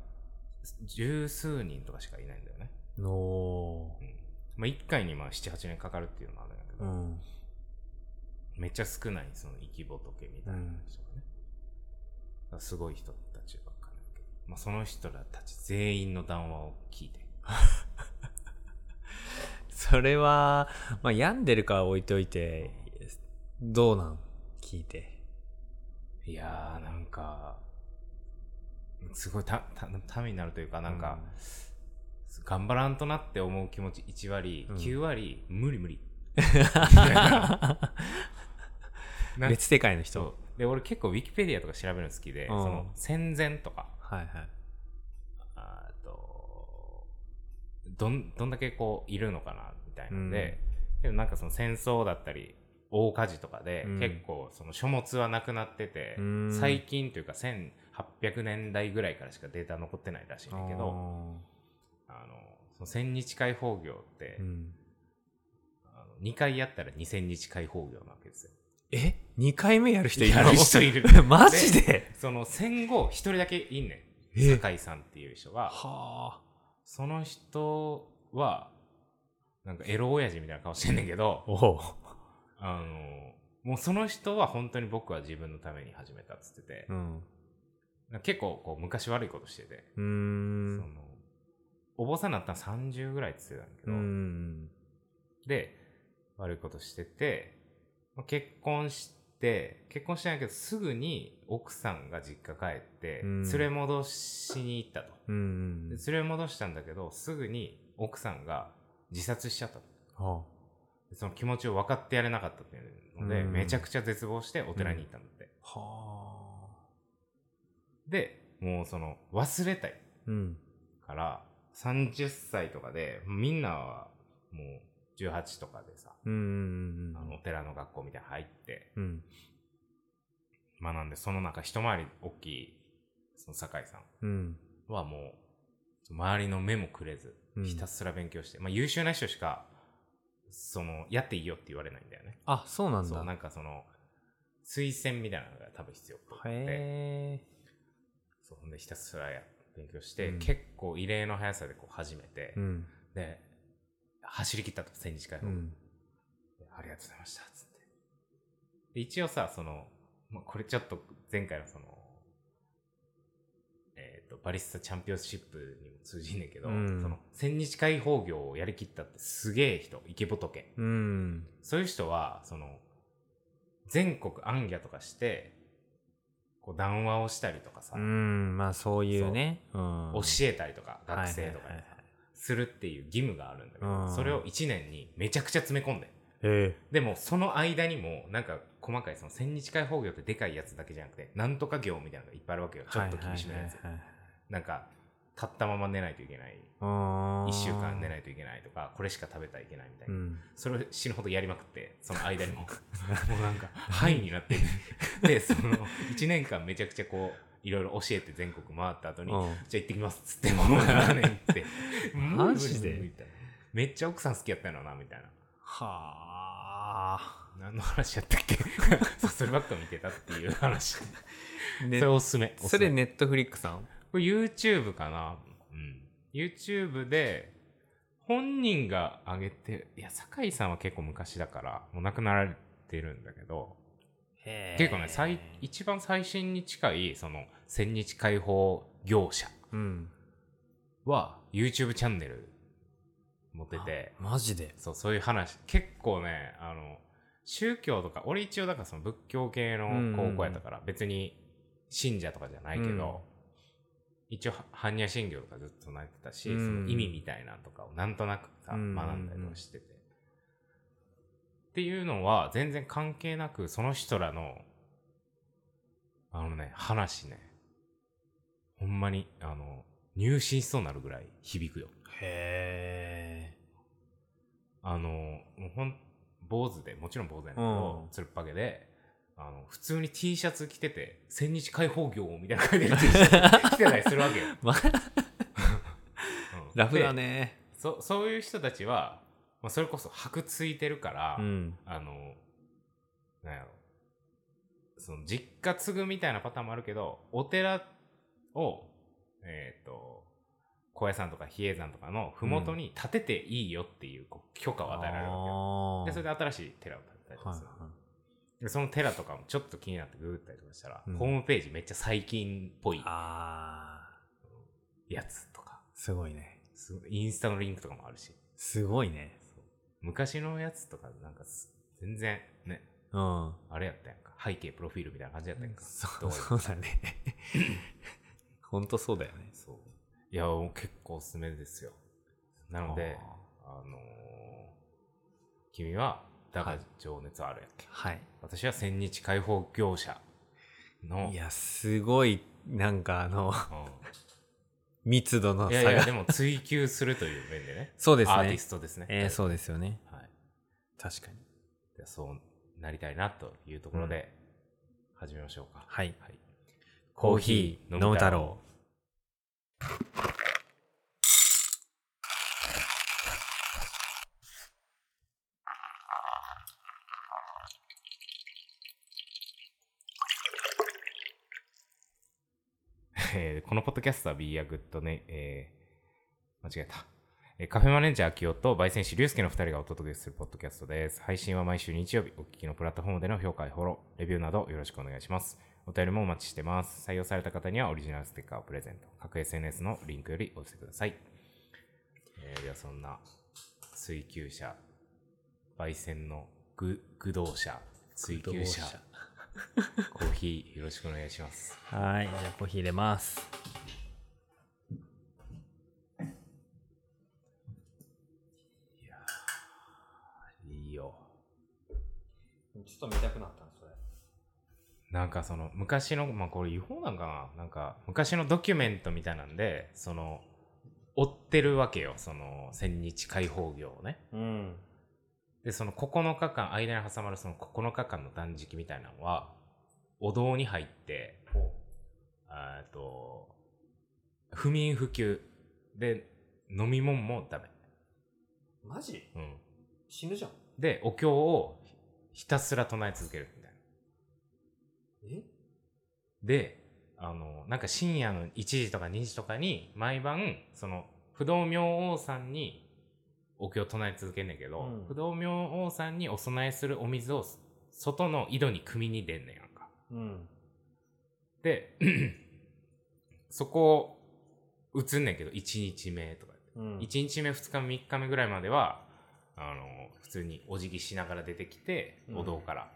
S1: 十数人とかしかいないんだよね。
S2: お
S1: うん、まあ一回にまあ7、8年かかるっていうのもあるんだけど、
S2: ーうん
S1: めっちゃ少ないその生き仏みたいな人がね、だからすごい人たちばっかりだけど、まあ、その人らたち全員の談話を聞いて
S2: それはまあ病んでるから置いといてどうなん聞いて
S1: いやーなんかすごいたたためになるというかなんか、頑張らんとなって思う気持ち1割、
S2: うん
S1: 9割無理無理
S2: うん 別世界の人
S1: そうで俺結構ウィキペディアとか調べるの好きで、
S2: うん
S1: その戦前とか
S2: はいはい
S1: あーっとどんどんだけこういるのかなみたいなので、けどなんかその戦争だったり大火事とかで、
S2: うん
S1: 結構その書物はなくなってて、
S2: うん
S1: 最近というか1800年代ぐらいからしかデータ残ってないらしいんだけどあのその千日解放業って、
S2: あーうん
S1: あの2回やったら2000日解放業なわけですよ。
S2: え二2回目やる人いるの
S1: やる人いる
S2: マジで
S1: その戦後1人だけいんねん
S2: え
S1: 酒井さんっていう人が
S2: は
S1: その人はなんかエロ親父みたいな顔してんねんけど
S2: あおう
S1: あのもうその人は本当に僕は自分のために始めたっつってて、
S2: うん
S1: 結構こう昔悪いことしてて、
S2: うー
S1: そ
S2: ん
S1: のお坊さんになったら30ぐらいっつってたんだけ
S2: う
S1: ど、
S2: ん
S1: で悪いことしてて、まあ結婚して結婚してないけどすぐに奥さんが実家帰って
S2: うん
S1: 連れ戻しに行ったと、
S2: うん
S1: で連れ戻したんだけどすぐに奥さんが自殺しちゃったと
S2: は
S1: でその気持ちを分かってやれなかったっていうので、
S2: うん
S1: めちゃくちゃ絶望してお寺に行ったんだって、
S2: あは
S1: でもうその忘れたい
S2: うん。
S1: から30歳とかでみんなはもう18とかでさ、
S2: うんうんうん
S1: あのお寺の学校みたいなの入って
S2: うん。うん。
S1: まあなんでその中一回り大きいその酒井さ
S2: うん。
S1: んはもう周りの目もくれず
S2: うん
S1: ひたすら勉強して、まあ優秀な人しかそのやっていいよって言われないんだよね
S2: あ、そうなん
S1: そう
S2: だ。
S1: なんかその推薦みたいなのが多分必要っぽくて
S2: へえ。
S1: そうほんでひたすらや勉強して、
S2: うん
S1: 結構異例の速さでこう始めて、
S2: うん。
S1: で走り切ったと1000日間、
S2: うん。
S1: ありがとうございましたつってで一応さその、まあ、これちょっと前回のそのえっ、とバリスタチャンピオンシップにも通じんねんけど、
S2: うん
S1: その千日解放業をやりきったってすげえ人池仏
S2: うん。
S1: そういう人は、その、全国暗夜とかして、こう談話をしたりとかさ、
S2: うん。まあ、そういうね。うん。
S1: 教えたりとか、
S2: はい
S1: 学生とか
S2: はい
S1: に
S2: はい
S1: さするっていう義務があるんだけ
S2: う
S1: ど、
S2: ん
S1: それを1年にめちゃくちゃ詰め込んで。
S2: へ
S1: でも、その間にも、なんか、細かい、その、千日解放業ってでかいやつだけじゃなくて、なんとか業みたいなのがいっぱいあるわけよ。
S2: え。。
S1: ちょっと厳しめなやつ。なんか、立ったまま寝ないといけない。1週間寝ないいといけないとか、これしか食べたらいけないみたいうな。
S2: ん。
S1: それを死ぬほどやりまくってその間に ももうなんか範囲になってでその1年間めちゃくちゃこういろいろ教えて全国回った後に、
S2: うん
S1: じゃあ行ってきますっつって もう7年って
S2: マジで
S1: うんみたいなめっちゃ奥さん好きやったよなみたいな
S2: はあ。
S1: 何の話やったっけ そうそればっか見てたっていう話そ
S2: ね
S1: れおすすめおすす
S2: そ
S1: め
S2: れネットフリックさん
S1: これ YouTube かなうん YouTube で本人が上げていや酒井さんは結構昔だからもう亡くなられてるんだけど結構ね最一番最新に近いその千日解放業者
S2: うん
S1: は YouTube チャンネル持ってて
S2: あマジで
S1: そうそういう話結構ねあの宗教とか俺一応だからその仏教系の高校やったから別に信者とかじゃないけど、
S2: うん
S1: 一応は般若心経とかずっと唱えてたし、
S2: うん
S1: その意味みたいなのとかをなんとなくさ、
S2: うん
S1: 学んだりとかしてて、っていうのは全然関係なくその人らのあのね話ねほんまにあの入信しそうになるぐらい響くよ
S2: へえ
S1: あのもうほん坊主でもちろん坊主やねんけど、
S2: うん
S1: つるっぱげであの普通に T シャツ着てて「千日解放業」みたいな書いてる T シャツ着て たりするわけよ、
S2: ま
S1: うん
S2: ラフだ
S1: で
S2: ね
S1: そそういう人たちは、まあ、それこそ箔ついてるから、
S2: うん
S1: あのなんやろその実家継ぐみたいなパターンもあるけどお寺をえっ、と高野山とか比叡山とかの麓に建てていいよっていうこう許可を与えられるわけよ、
S2: あー
S1: でそれで新しい寺を建てたりとか
S2: はい
S1: する、
S2: は
S1: でその寺とかもちょっと気になってググったりとかしたら、
S2: うん
S1: ホームページめっちゃ最近っぽ
S2: い
S1: い
S2: あ
S1: やつとか
S2: ーすごいね
S1: すごいインスタのリンクとかもあるし
S2: すごいね
S1: そう昔のやつとかなんかす全然ね
S2: うん
S1: あれやったやんか背景プロフィールみたいな感じやったやんか、
S2: そ
S1: ど
S2: う
S1: や
S2: そうだね ほんとそうだよね
S1: そういやもう結構おすすめですよなのであのー君はだが情熱はあるやっけ、
S2: はい
S1: 私は千日解放業者の
S2: いやすごいなんかあ
S1: う
S2: の
S1: ん
S2: 密度の
S1: いや
S2: 差
S1: いや、
S2: が。
S1: でも追求するという面でね
S2: そうです
S1: アーティ
S2: ね
S1: ストですね。
S2: えーそうですよね
S1: はい。
S2: 確かに
S1: じゃあそうなりたいなというところで、始めましょうか。
S2: はい
S1: はい。
S2: コーヒー飲む太郎。
S1: えーこのポッドキャストは Be a Good ね、えー間違えた。えーカフェマネージャー秋夫と焙煎師龍介の2人がお届けするポッドキャストです。配信は毎週日曜日、お聞きのプラットフォームでの評価やフォロー、レビューなどよろしくお願いします。お便りもお待ちしてます。採用された方にはオリジナルステッカーをプレゼント。各 SNS のリンクよりお寄せください。えーではそんな追求者、焙煎の愚愚道者、追求者、コーヒーよろしくお願いします。
S2: はい、じゃあコーヒー入れます。
S1: いいよ。
S2: ちょっと見たくなったそれ。
S1: なんかその昔の、まあ、これ違法なんかななんか昔のドキュメントみたいなんでその追ってるわけよその千日解放業をね
S2: うん。
S1: でその9日間間に挟まるその9日間の断食みたいなのはお堂に入ってあーえっと不眠不休で飲み物もダメ、
S2: マジ
S1: うん、
S2: 死ぬじゃん。
S1: でお経をひたすら唱え続けるみたいな
S2: え
S1: であのなんか深夜の1時とか2時とかに毎晩その不動明王さんにお経を唱え続けんねんけど、
S2: うん
S1: 不動明王さんにお供えするお水を外の井戸に汲みに出んねんやんか
S2: うん。
S1: で そこを打つんねんけど1日目とか
S2: うん。
S1: 1日目2日目3日目ぐらいまではあの普通にお辞儀しながら出てきて
S2: うん
S1: お堂から、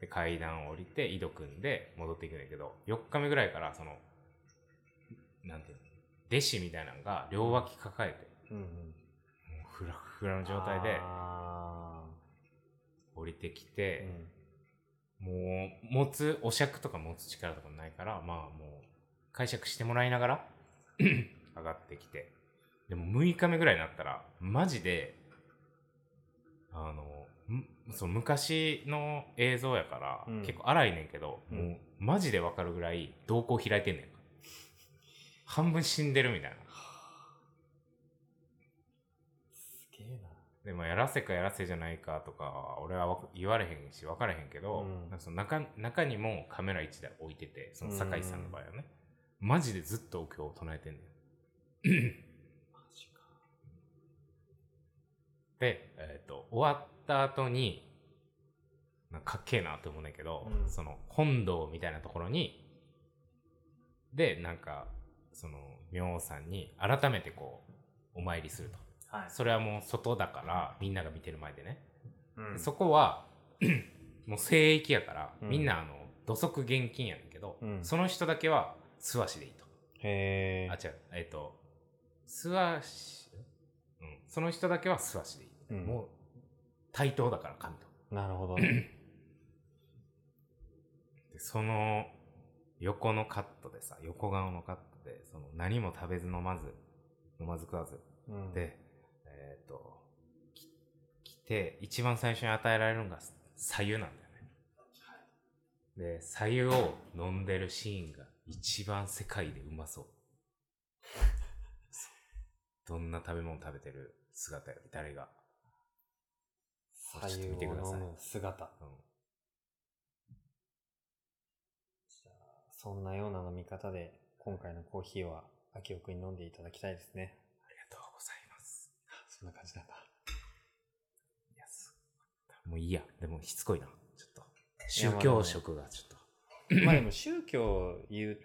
S1: で階段を降りて井戸組んで戻っていくんだけど4日目ぐらいからそのなんていうの弟子みたいなのが両脇抱えて
S2: うんうん。
S1: もうフラフラの状態で
S2: あ
S1: 降りてき
S2: ー
S1: て、もう持つお酌とか持つ力とかないからまあもう解釈してもらいながら 上がってきてでも6日目ぐらいになったらマジであのんそう昔の映像やから、
S2: うん
S1: 結構荒いねんけど、
S2: うん
S1: もうマジでわかるぐらい瞳孔開いてんねん半分死んでるみたいな
S2: すげえな。
S1: でもやらせかやらせじゃないかとか俺はわ言われへんし分からへんけど、
S2: うん
S1: なんかその中中にもカメラ1台置いててその酒井さんの場合はね、マジでずっとお経を唱えてんねん
S2: マジか。
S1: で、えー、と終わった後になんかかっけえなって思うねんけど、
S2: うん
S1: その本堂みたいなところにでなんかその明王さんに改めてこうお参りすると
S2: はい。
S1: それはもう外だからみんなが見てる前でね、
S2: う
S1: で
S2: ん
S1: そこは もう聖域やから、
S2: うん
S1: みんなあの土足現金やねんけど、
S2: うん
S1: その人だけは素足でいいと。
S2: へ
S1: あ違うえっ、と素足、うん、その人だけは素足でいい、
S2: うん
S1: もう対等だから神と。
S2: え。なる ほどね。
S1: でその横のカットでさ横顔のカットでその何も食べず飲まず飲まず食わず
S2: うん、
S1: で、えっ、とき来て一番最初に与えられるのが左右なんだよね。で左右を飲んでるシーンが一番世界でうま そう。そうどんな食べ物食べてる姿や誰が。
S2: 左
S1: ちょっと
S2: 右
S1: 見てくだ
S2: を
S1: さ
S2: 飲
S1: い
S2: む姿。
S1: うん
S2: そんなような飲み方で、今回のコーヒーは、秋尾くんに飲んでいただきたいですね。
S1: ありがとうございます。
S2: そんな感じな んだ。
S1: いやすごかったもういいや。でもしつこいな。ちょっと。
S2: や
S1: 宗
S2: まあ
S1: 教色がちょっ
S2: まあでも宗教言っ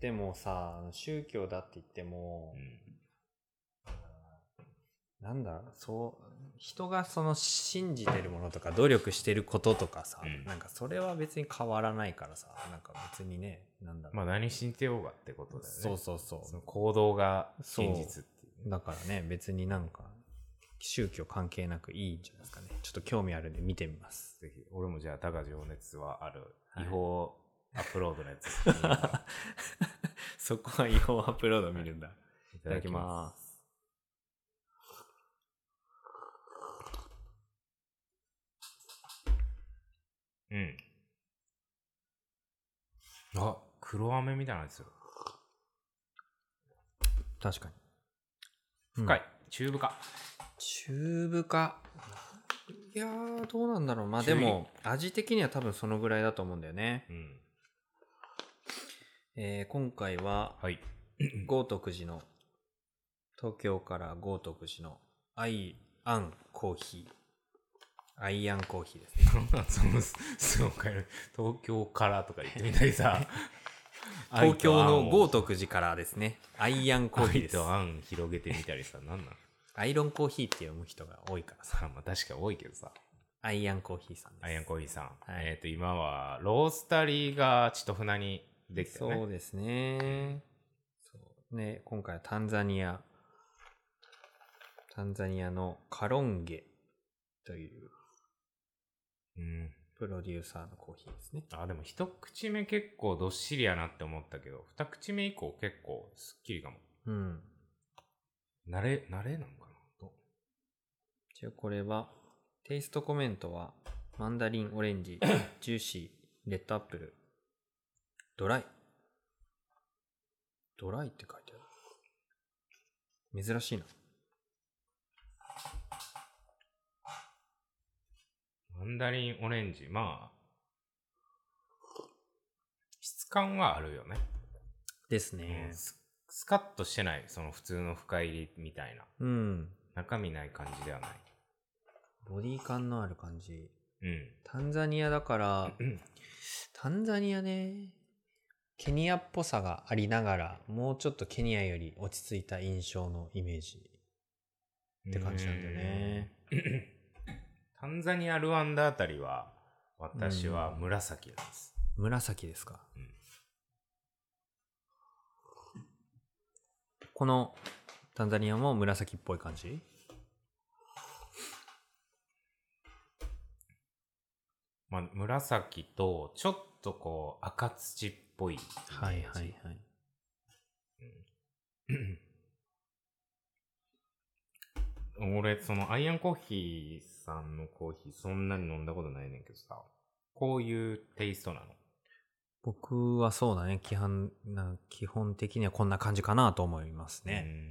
S2: てもさ、あの宗教だって言っても
S1: と。う、ん
S2: なんだろうそう、人がその信じてるものとか努力してることとかさ、
S1: うん
S2: なんかそれは別に変わらないからさ、なんか別にね、なんだろう。
S1: まあ何信じてようがってことだよね。
S2: そうそうそう。
S1: その行動が
S2: そ
S1: 真
S2: う
S1: 実っていうね。
S2: だからね、別になんか、宗教関係なくいいんじゃないですかね。ちょっと興味あるんで見てみます。
S1: ぜひ、俺もじゃあ、だが情熱はある
S2: はい
S1: 違法アップロードのや つ。
S2: そこは違法アップロード見るんだ。
S1: い
S2: いただきます。
S1: す。うん。あ、黒飴みたいなやつ。
S2: 確かに。
S1: 深い。中部か。
S2: 中部かいやーどうなんだろうまあでも味的には多分そのぐらいだと思うんだよね、
S1: うん。
S2: えー今回は
S1: はい。
S2: 豪徳寺の東京から豪徳寺のアイアンコーヒーアイアンコーヒーです
S1: な
S2: ね
S1: んなんその、そうかよ東京からとか言ってみたりさ。
S2: 東京の豪
S1: と
S2: 徳寺からですねアイアンコーヒー
S1: 愛
S2: です
S1: と案広げてみたりさ、 なんなん
S2: アイロンコーヒーって読む人が多いからさ
S1: さ、まあ確か多いけどさ。
S2: アイアンコーヒーさんです
S1: アイアンコーヒーさん。
S2: はい
S1: えっ、と、今は、ロースタリーが千と船にできたよね。
S2: そうですね。そうね今回はタンザニア、タンザニアのカロンゲという
S1: うん。
S2: ブプロデューサーのコーヒーですね。
S1: あ、でも一口目結構どっしりやなって思ったけど、二口目以降結構すっきりかも。
S2: うん。
S1: 慣れ、慣れなのかなと。
S2: じゃあこれは、テイストコメントは、マンダリン、オレン ジ、ジューシー、レッドアップル、ドライ。ドライって書いてある。珍しいな。
S1: マンダリンオレンジ、まあ、質感はあるよね。
S2: です
S1: う
S2: ね
S1: ん。ススカッとしてない、その普通の深入りみたいな。
S2: うん。
S1: 中身ない感じではない。
S2: ボディ感のある感じ。
S1: うん。
S2: タンザニアだから、タンザニアね、ケニアっぽさがありながら、もうちょっとケニアより落ち着いた印象のイメージ。って感じなんだよね
S1: うん。 タンザニア、ルワンダあたりは、私は紫なんです。
S2: 紫ですか、
S1: うん
S2: このタンザニアも紫っぽい感じ
S1: まあ、紫と、ちょっとこう、赤土っぽいイメージ。
S2: はいはいはい。
S1: 俺、そのアイアンコーヒーさんのコーヒーそんなに飲んだことないねんけどさ、こういうテイストなの。
S2: 僕はそうだね基本な基本的にはこんな感じかなと思いますね、
S1: ね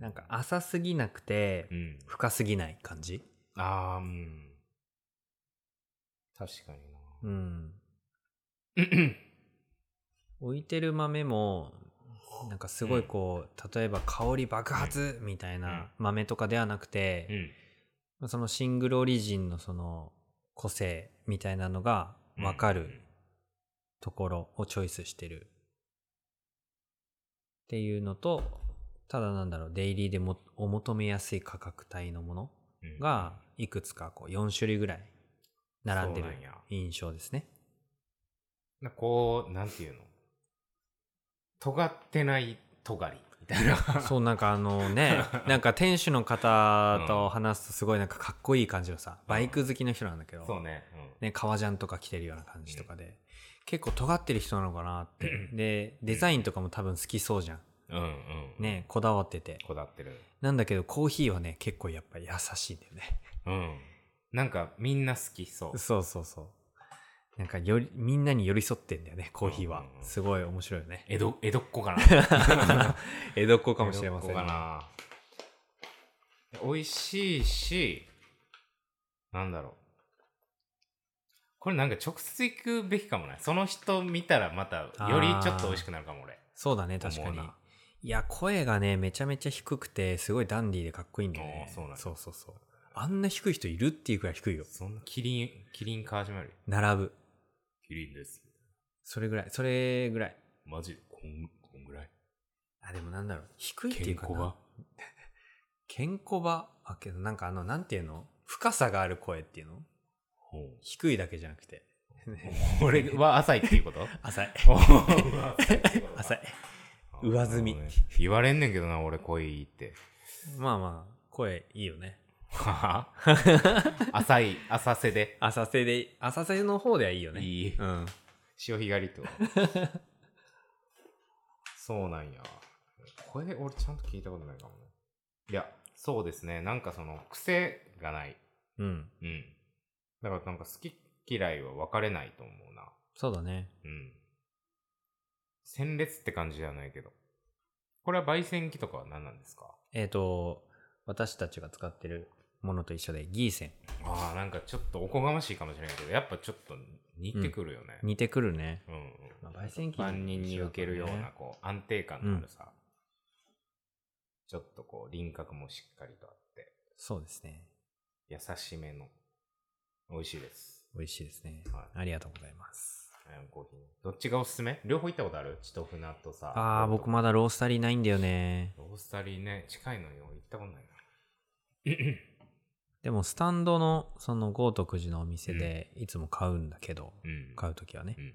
S2: なんか、浅すぎなくて
S1: うん。
S2: 深すぎない感じ
S1: ああ、うん。確かにな。
S2: うん置いてる豆もなんかすごいこう、例えば香り爆発みたいな豆とかではなくて、
S1: うん。
S2: そのシングルオリジンのその個性みたいなのがわか
S1: うん
S2: るところをチョイスしてるっていうのと、ただなんだろう、デイリーでもお求めやすい価格帯のもの
S1: うん
S2: がいくつかこう4種類ぐらい並んで
S1: そ
S2: る
S1: うなんや
S2: 印象ですね。
S1: なこう、なんていうの尖ってない尖りみたい な。
S2: そうなんかあのね なんか店主の方と話すとすごいなんかかっこいい感じのさバイク好きの人なんだけど、
S1: そうね。
S2: ね、革ジャンとか着てるような感じとかで、結構尖ってる人なのかなって でデザインとかも多分好きそうじゃん
S1: うん。うんうん。。
S2: ねこだわってて
S1: こだわってる。
S2: なんだけどコーヒーはね結構やっぱ優しいんだよね
S1: うん。なんか、みんな好きそう。
S2: そうそうそうなんかよりみんなに寄り添ってんだよねコーヒー
S1: う
S2: は
S1: んうんうん
S2: すごい面白い よね
S1: 江戸、江戸っ子かな。
S2: 江戸っ子かもしれません
S1: 江戸っ子
S2: ね
S1: かな。美味しいし、なんだろう。これなんか直接行くべきかもね。その人見たらまた、よりちょっと美味しくなるかも俺。
S2: そうだね確か
S1: 思
S2: に
S1: うない
S2: や声がねめちゃめちゃ低くてすごいダンディーでかっこいいんだよ
S1: あ
S2: ね
S1: ーそうなんだ
S2: そうそうそうあんな低い人いるっていうくらい低いよ
S1: そんな、キリン、キリン川島より。
S2: 並ぶ
S1: キリンです。
S2: それぐらいそれぐらい
S1: マジ、こん、こんぐらい。
S2: あでもなんだろう低いっていうか
S1: ケンコバ
S2: なケンコバあけどなんかあのなんていうの深さがある声っていうの
S1: ほう
S2: 低いだけじゃなく て
S1: 俺は 浅いっていうこと
S2: 浅い浅
S1: 浅
S2: い上積み
S1: 言われんねんけどな、俺恋って。
S2: まあまあ声いいよね
S1: はは浅い、浅瀬で。
S2: 浅瀬で浅瀬の方ではいいよね
S1: いい。
S2: うん
S1: 潮干狩りと。そうなんや。声、俺ちゃんと聞いたことないかもね。いや、そうですね。なんかその、癖がない。
S2: うん
S1: うん。だからなんか好き嫌いは分かれないと思うな。
S2: そうだね
S1: うん。鮮烈って感じではないけど。これは焙煎機とかは何なんですか
S2: えっ、と私たちが使ってるものと一緒でギーセン
S1: ああ、なんかちょっとおこがましいかもしれないけど、やっぱちょっと似てくるよね。
S2: 似てくるね
S1: うん。うん
S2: まあ焙煎機
S1: 万人に受けるよう
S2: 一緒だ
S1: な、
S2: ね
S1: こう、安定感のあるさ、ちょっとこう、輪郭もしっかりとあって、
S2: そうですね
S1: 優しめの、美味しいです。
S2: 美味しいですね、
S1: はい
S2: ありがとうございます
S1: アイアンコーヒーね。どっちがおすすめ両方行ったことあるちとふなとさ。
S2: ああー僕まだロースタリーないんだよね
S1: ロースタリーね、近いのよ、行ったことないな。
S2: でもスタンドのその豪徳寺のお店でいつも買うんだけど、
S1: うん。
S2: 買うときはね、
S1: うん。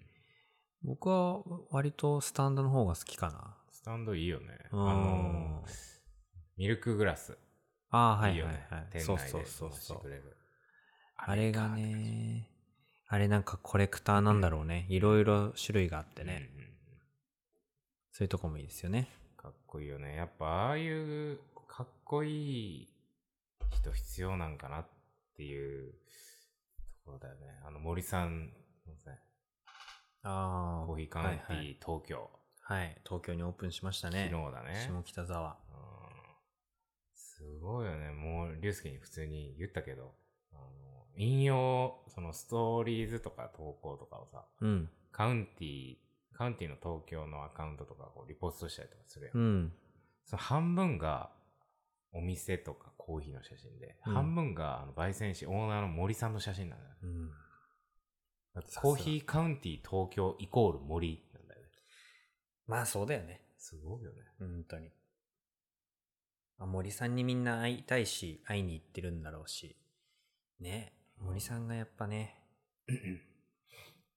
S2: 僕は割とスタンドの方が好きかな
S1: スタンドいいよね。あ
S2: うーん
S1: のー、ミルクグラス。
S2: ああはいい
S1: よ
S2: はい
S1: ね
S2: はい。
S1: 店
S2: そう
S1: 内
S2: そ
S1: で
S2: うそう
S1: 飲ませ
S2: そ
S1: てく
S2: う
S1: れる。
S2: あれがねあれなんかコレクターなんだろうね。いろいろ種類があってね。
S1: うんうん
S2: そういうとこもいいですよね。
S1: かっこいいよね。やっぱああいうかっこいい人必要なんかなっていうところだよね。あの森さん、すいません
S2: ああ。
S1: コーヒーカウンティ
S2: はいはい
S1: ー東京、
S2: はい。東京にオープンしましたね。
S1: 昨日だね。
S2: 下北沢。
S1: うんすごいよね。もう、竜介に普通に言ったけど、あの、引用、そのストーリーズとか投稿とかをさ、
S2: うん。
S1: カウンティー、カウンティーの東京のアカウントとかこうリポストしたりとかするやん。
S2: うん。
S1: その半分が、お店とかコーヒーの写真で、
S2: うん
S1: 半分が、あの、焙煎師、オーナーの森さんの写真なんだよね。
S2: うん。
S1: だって
S2: さすが
S1: コーヒーカウンティー東京イコール森なんだよね。
S2: まあそうだよね。
S1: すごいよね。
S2: 本当に。まあ森さんにみんな会いたいし、会いに行ってるんだろうし。ね。森さんがやっぱね、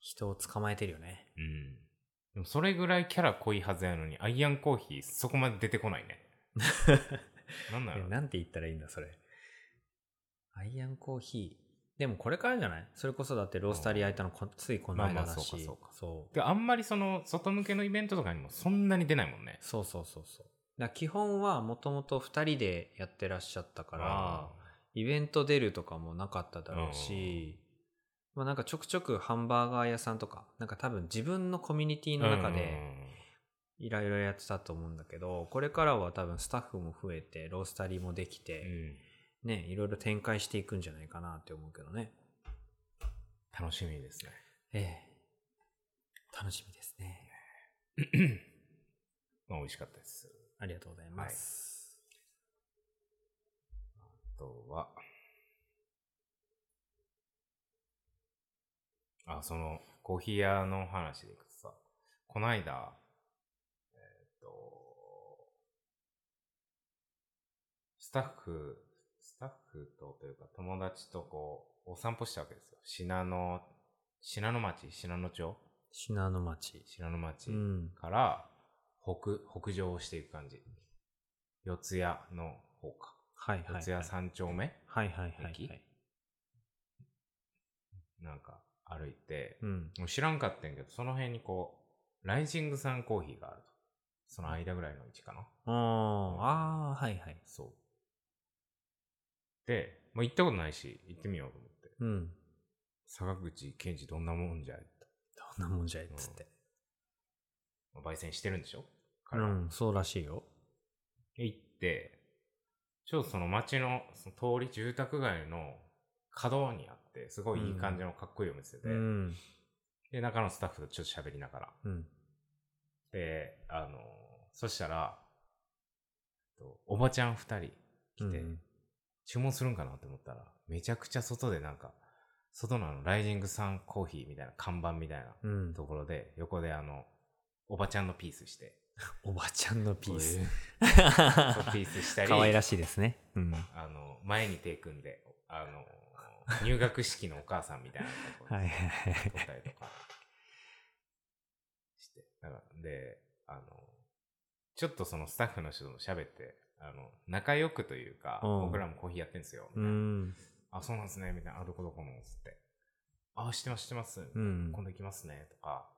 S2: 人を捕まえてるよね。
S1: うん。でもそれぐらいキャラ濃いはずやのに、アイアンコーヒーそこまで出てこないね。 なんな
S2: え
S1: の
S2: なんて言ったらいいんだ、それ。アイアンコーヒー。でもこれからじゃないそれこそだってロースタリー開いたのこついこの
S1: まあま
S2: 間
S1: あ
S2: だし。
S1: そうか
S2: そう
S1: であんまりその外向けのイベントとかにもそんなに出ないもんね。
S2: そうそうそうそう。だから基本はもともと2人でやってらっしゃったから、イベント出るとかもなかっただろうし、まあなんかちょくちょくハンバーガー屋さんとか、なんか多分自分のコミュニティ
S1: うん、
S2: の中
S1: うん
S2: でいろいろやってたと思うんだけど、これからは多分スタッフも増えて、ロースタリーもで
S1: う
S2: き
S1: んう
S2: て、
S1: んうん
S2: ね、いろいろ展開していくんじゃないかなって思うけどね。
S1: 楽しみですね。
S2: ええ。楽しみですね。
S1: まあ美味しかったです。
S2: ありがとうございます。
S1: あとは、あ、その、コーヒー屋の話でいくとさ、こないだ、えーっと、スタッフ、スタッフとというか友達とこう、お散歩したわけですよ。信濃、信濃町、信濃町
S2: 信濃町。
S1: 信濃町
S2: うん。
S1: から北、北上していく感じ。四谷の方か。
S2: はいはい、は
S1: 四
S2: い。
S1: 谷三丁目、
S2: はいはいはい、は
S1: 駅
S2: い。
S1: なんか歩いて、
S2: うん。
S1: もう知らんかったんやけど、その辺にこう、ライジングサンコーヒーがあると。その間ぐらいの位置かな。
S2: あーあー、はいはい。
S1: そう。で、もう行ったことないし、行ってみようと思って。
S2: うん。
S1: 坂口健二どんなもんじゃいって
S2: どんなもんじゃいっつって。
S1: まあ焙煎してるんでしょ
S2: う
S1: から、
S2: ん、そうらしいよ。
S1: 行って、ちょうどその街の、その通り、住宅街の角にあって、すごいいい感じのかっこいいお店で、
S2: うん。
S1: で、中のスタッフとちょっと喋りながら、
S2: うん。
S1: で、あの、そしたら、えっとおばちゃん二人来て、
S2: うん
S1: 注文するんかなって思ったら、めちゃくちゃ外でなんか、外のあの、ライジングサンコーヒーみたいな看板みたいな
S2: うん。
S1: ところで、横であの、おばちゃんのピースして、
S2: おばちゃんのピース。
S1: こうピースしたり、
S2: 可愛らしいですね。うん。は
S1: あの、前に手組んで、あの、入学式のお母さんみたいなとこ
S2: い
S1: ろ
S2: はい
S1: で
S2: はい。
S1: 撮ったりとかして、なんかで、あの、ちょっとそのスタッフの人とも喋って、あの、仲良くというか、
S2: うん
S1: 僕らもコーヒーやってんすよ、
S2: う
S1: みたいな。
S2: ん。
S1: あ、そうなんですね、みたいな。あ、どこどこの、つって。あ、知ってます、知ってます。
S2: うん。
S1: 今度行きますね、とか、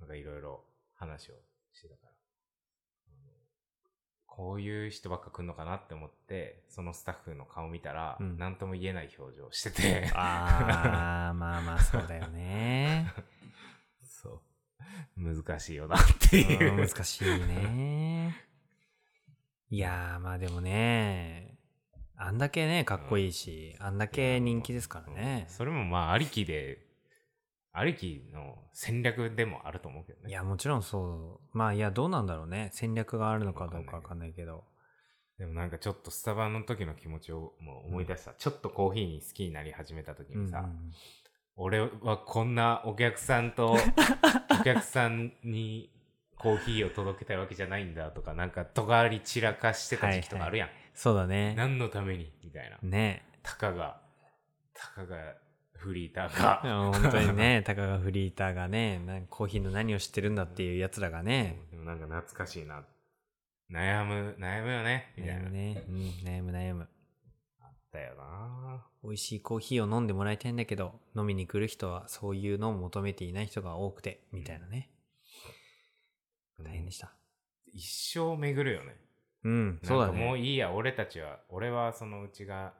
S1: なんかいろいろ話をしてたから、あのこういう人ばっか来んのかなって思って、そのスタッフの顔見たら、
S2: うん
S1: 何とも言えない表情してて、
S2: ああ、まあまあそうだよ ね。
S1: そう。難しいよなっていう
S2: うん。難しいね。いやー、まあでもね、あんだけね、かっこいいし、あんだけ人気ですからね
S1: うん。それもまあ、ありきで、ありきの戦略でもあると思うけどね。
S2: いや、もちろんそう。まあいや、どうなんだろうね。戦略があるのかどうかわかんないけど。
S1: でもなんかちょっとスタバの時の気持ちをもう思い出した。ちょっとコーヒーに好きになり始めた時にさ、
S2: うんうん
S1: 俺はこんなお客さん とお客さんにコーヒーを届けたいわけじゃないんだとかなんか尖り散らかしてた時期とかあるやん、
S2: そうだね。
S1: 何のためにみたいな
S2: ね。
S1: たかがたかがフリーター
S2: いや
S1: が
S2: 本当に ね、たかがフリーターがね、なんコーヒーの何を知ってるんだっていうやつらがね、
S1: でもなんか懐かしいな悩む悩むよねみたい
S2: 悩
S1: な、
S2: むね、うん、悩む悩む。
S1: あっだよな
S2: 美味しいコーヒーを飲んでもらいたいんだけど、飲みに来る人はそういうのを求めていない人が多くて、みたいなね。大変でした。
S1: 一生巡るよね。
S2: うん、そうだ
S1: なんかもう
S2: ね。
S1: いいや、俺たちは、俺はその内側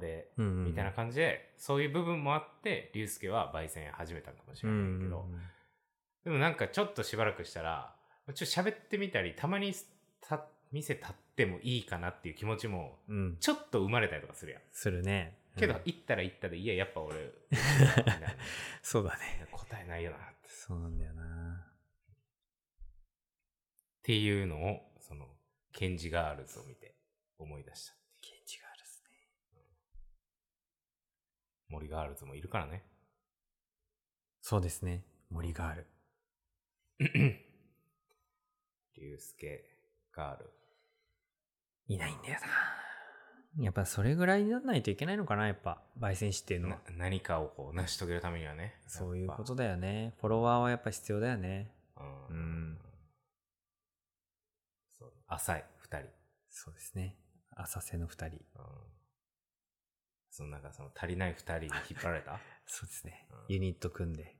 S1: で、
S2: うんうん
S1: みたいな感じで、そういう部分もあって、龍介は焙煎始めたのかもしれないけど、
S2: うんうんうん
S1: でもなんかちょっとしばらくしたら、ちょっと喋ってみたり、たまにた店立ってもいいかなっていう気持ちも、
S2: うん、
S1: ちょっと生まれたりとかするやん。
S2: するね。
S1: けど、
S2: うん
S1: 行ったら行ったで、いや、やっぱ 俺、
S2: そうだね。
S1: 答えないよな、って。
S2: そうなんだよな。
S1: っていうのを、その、ケンジガールズを見て思い出した。
S2: ケンチガールズね。
S1: 森ガールズもいるからね。
S2: そうですね。森ガール。
S1: 竜介ガール。
S2: いないんだよな。やっぱそれぐらいにならないといけないのかな、やっぱ、焙煎師っていうのは
S1: な。何かをこう成し遂げるためにはね。
S2: そういうこ
S1: や
S2: と
S1: っ
S2: だよね。フォロワーはやっぱ必要だよね。
S1: ぱ。う。
S2: うんん。
S1: そう浅い、二人。
S2: そうですね。浅瀬の二人。
S1: うん。そのなんかその足りない二人に引っ張られ た
S2: そうですね
S1: うん。
S2: ユニット組んで。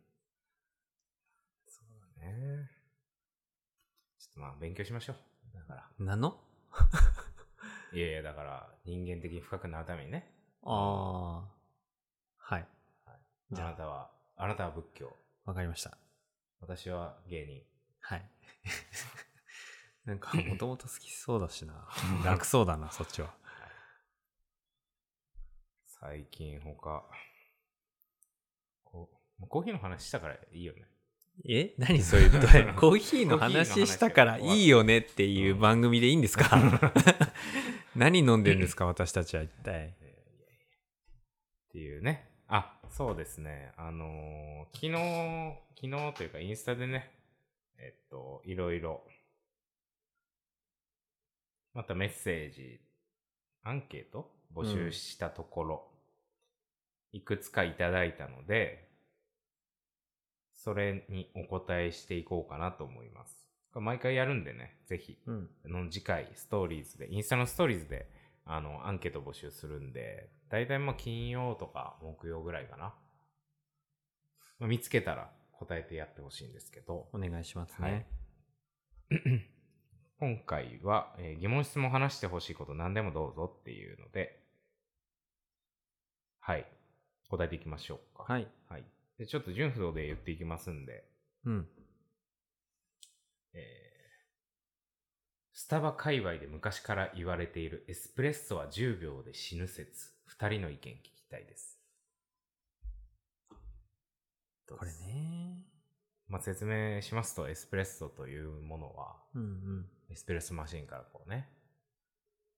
S1: そうだね。ちょっとまあ勉強しましょう。だか
S2: なの
S1: ら。いやいや、だから人間的に深くなるためにね。
S2: ああ。はい。
S1: あ
S2: じゃあ
S1: なたは、あなたは仏教。
S2: わかりました。
S1: 私は芸人。
S2: はい。 なんか、もともと好きそうだしな。 楽そうだな、そっちは。
S1: 最近他、こう、もうコーヒーの話したからいいよね。
S2: え 何それどうやコーヒーの
S1: コーヒーの話
S2: 話したからいいよねっていう番組でいいんですか 何飲んでるんですか私たちは一体。
S1: っていうね。あ、そうですね。あのー昨日、昨日というかインスタでね、えっと、いろいろ、またメッセージ、アンケート募集したところ、いくつかいただいたので、それにお答えしていこうかなと思います。これ毎回やるんでね、ぜひ
S2: うん。
S1: あの次回ストーリーズでインスタのストーリーズであのアンケート募集するんで大体まあ金曜とか木曜ぐらいかな、まあ見つけたら答えてやってほしいんですけど、
S2: お願いします
S1: は
S2: ね
S1: い。 今回は、えー疑問質問話してほしいこと何でもどうぞっていうのではい答えていきましょうか、
S2: はいい。
S1: はい、でちょっと順不動で言っていきますんで、
S2: うん。
S1: えースタバ界隈で昔から言われているエスプレッソは10秒で死ぬ説2人の意見聞きたいです
S2: これ、ね。
S1: まあ、説明しますとエスプレッソというものは
S2: うんうん。
S1: エスプレッソマシンからこうね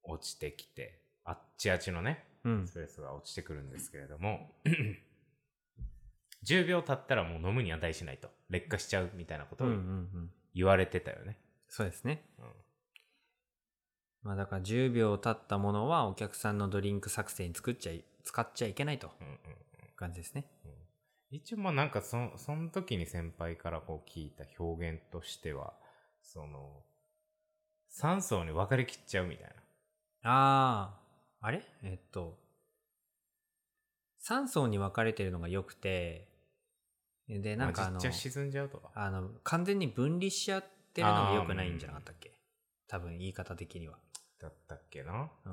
S1: 落ちてきてあっちあっちのね
S2: う
S1: エ
S2: ん
S1: ス。プレッソが落ちてくるんですけれども 10秒経ったらもう飲むに値しないと劣化しちゃうみたいなこと
S2: うんう
S1: を
S2: んうん。
S1: 言われてたよね、
S2: そうですね。
S1: うん
S2: まあだから10秒経ったものはお客さんのドリンク作戦に作っちゃい、使っちゃいけないと
S1: うんうん
S2: いう感じですね。
S1: 一応まあなんかそその時に先輩からこう聞いた表現としてはその3層に分かれきっちゃうみたいな
S2: ああ、あれえっと、3層に分かれてるのが良くて、で、なんかあ
S1: ま
S2: の
S1: あ、実質沈んじゃうとか
S2: あの、完全に分離し合ってるのが良くないんじゃなかったっけ多分言い方的には。
S1: だったっけな、ま
S2: うん。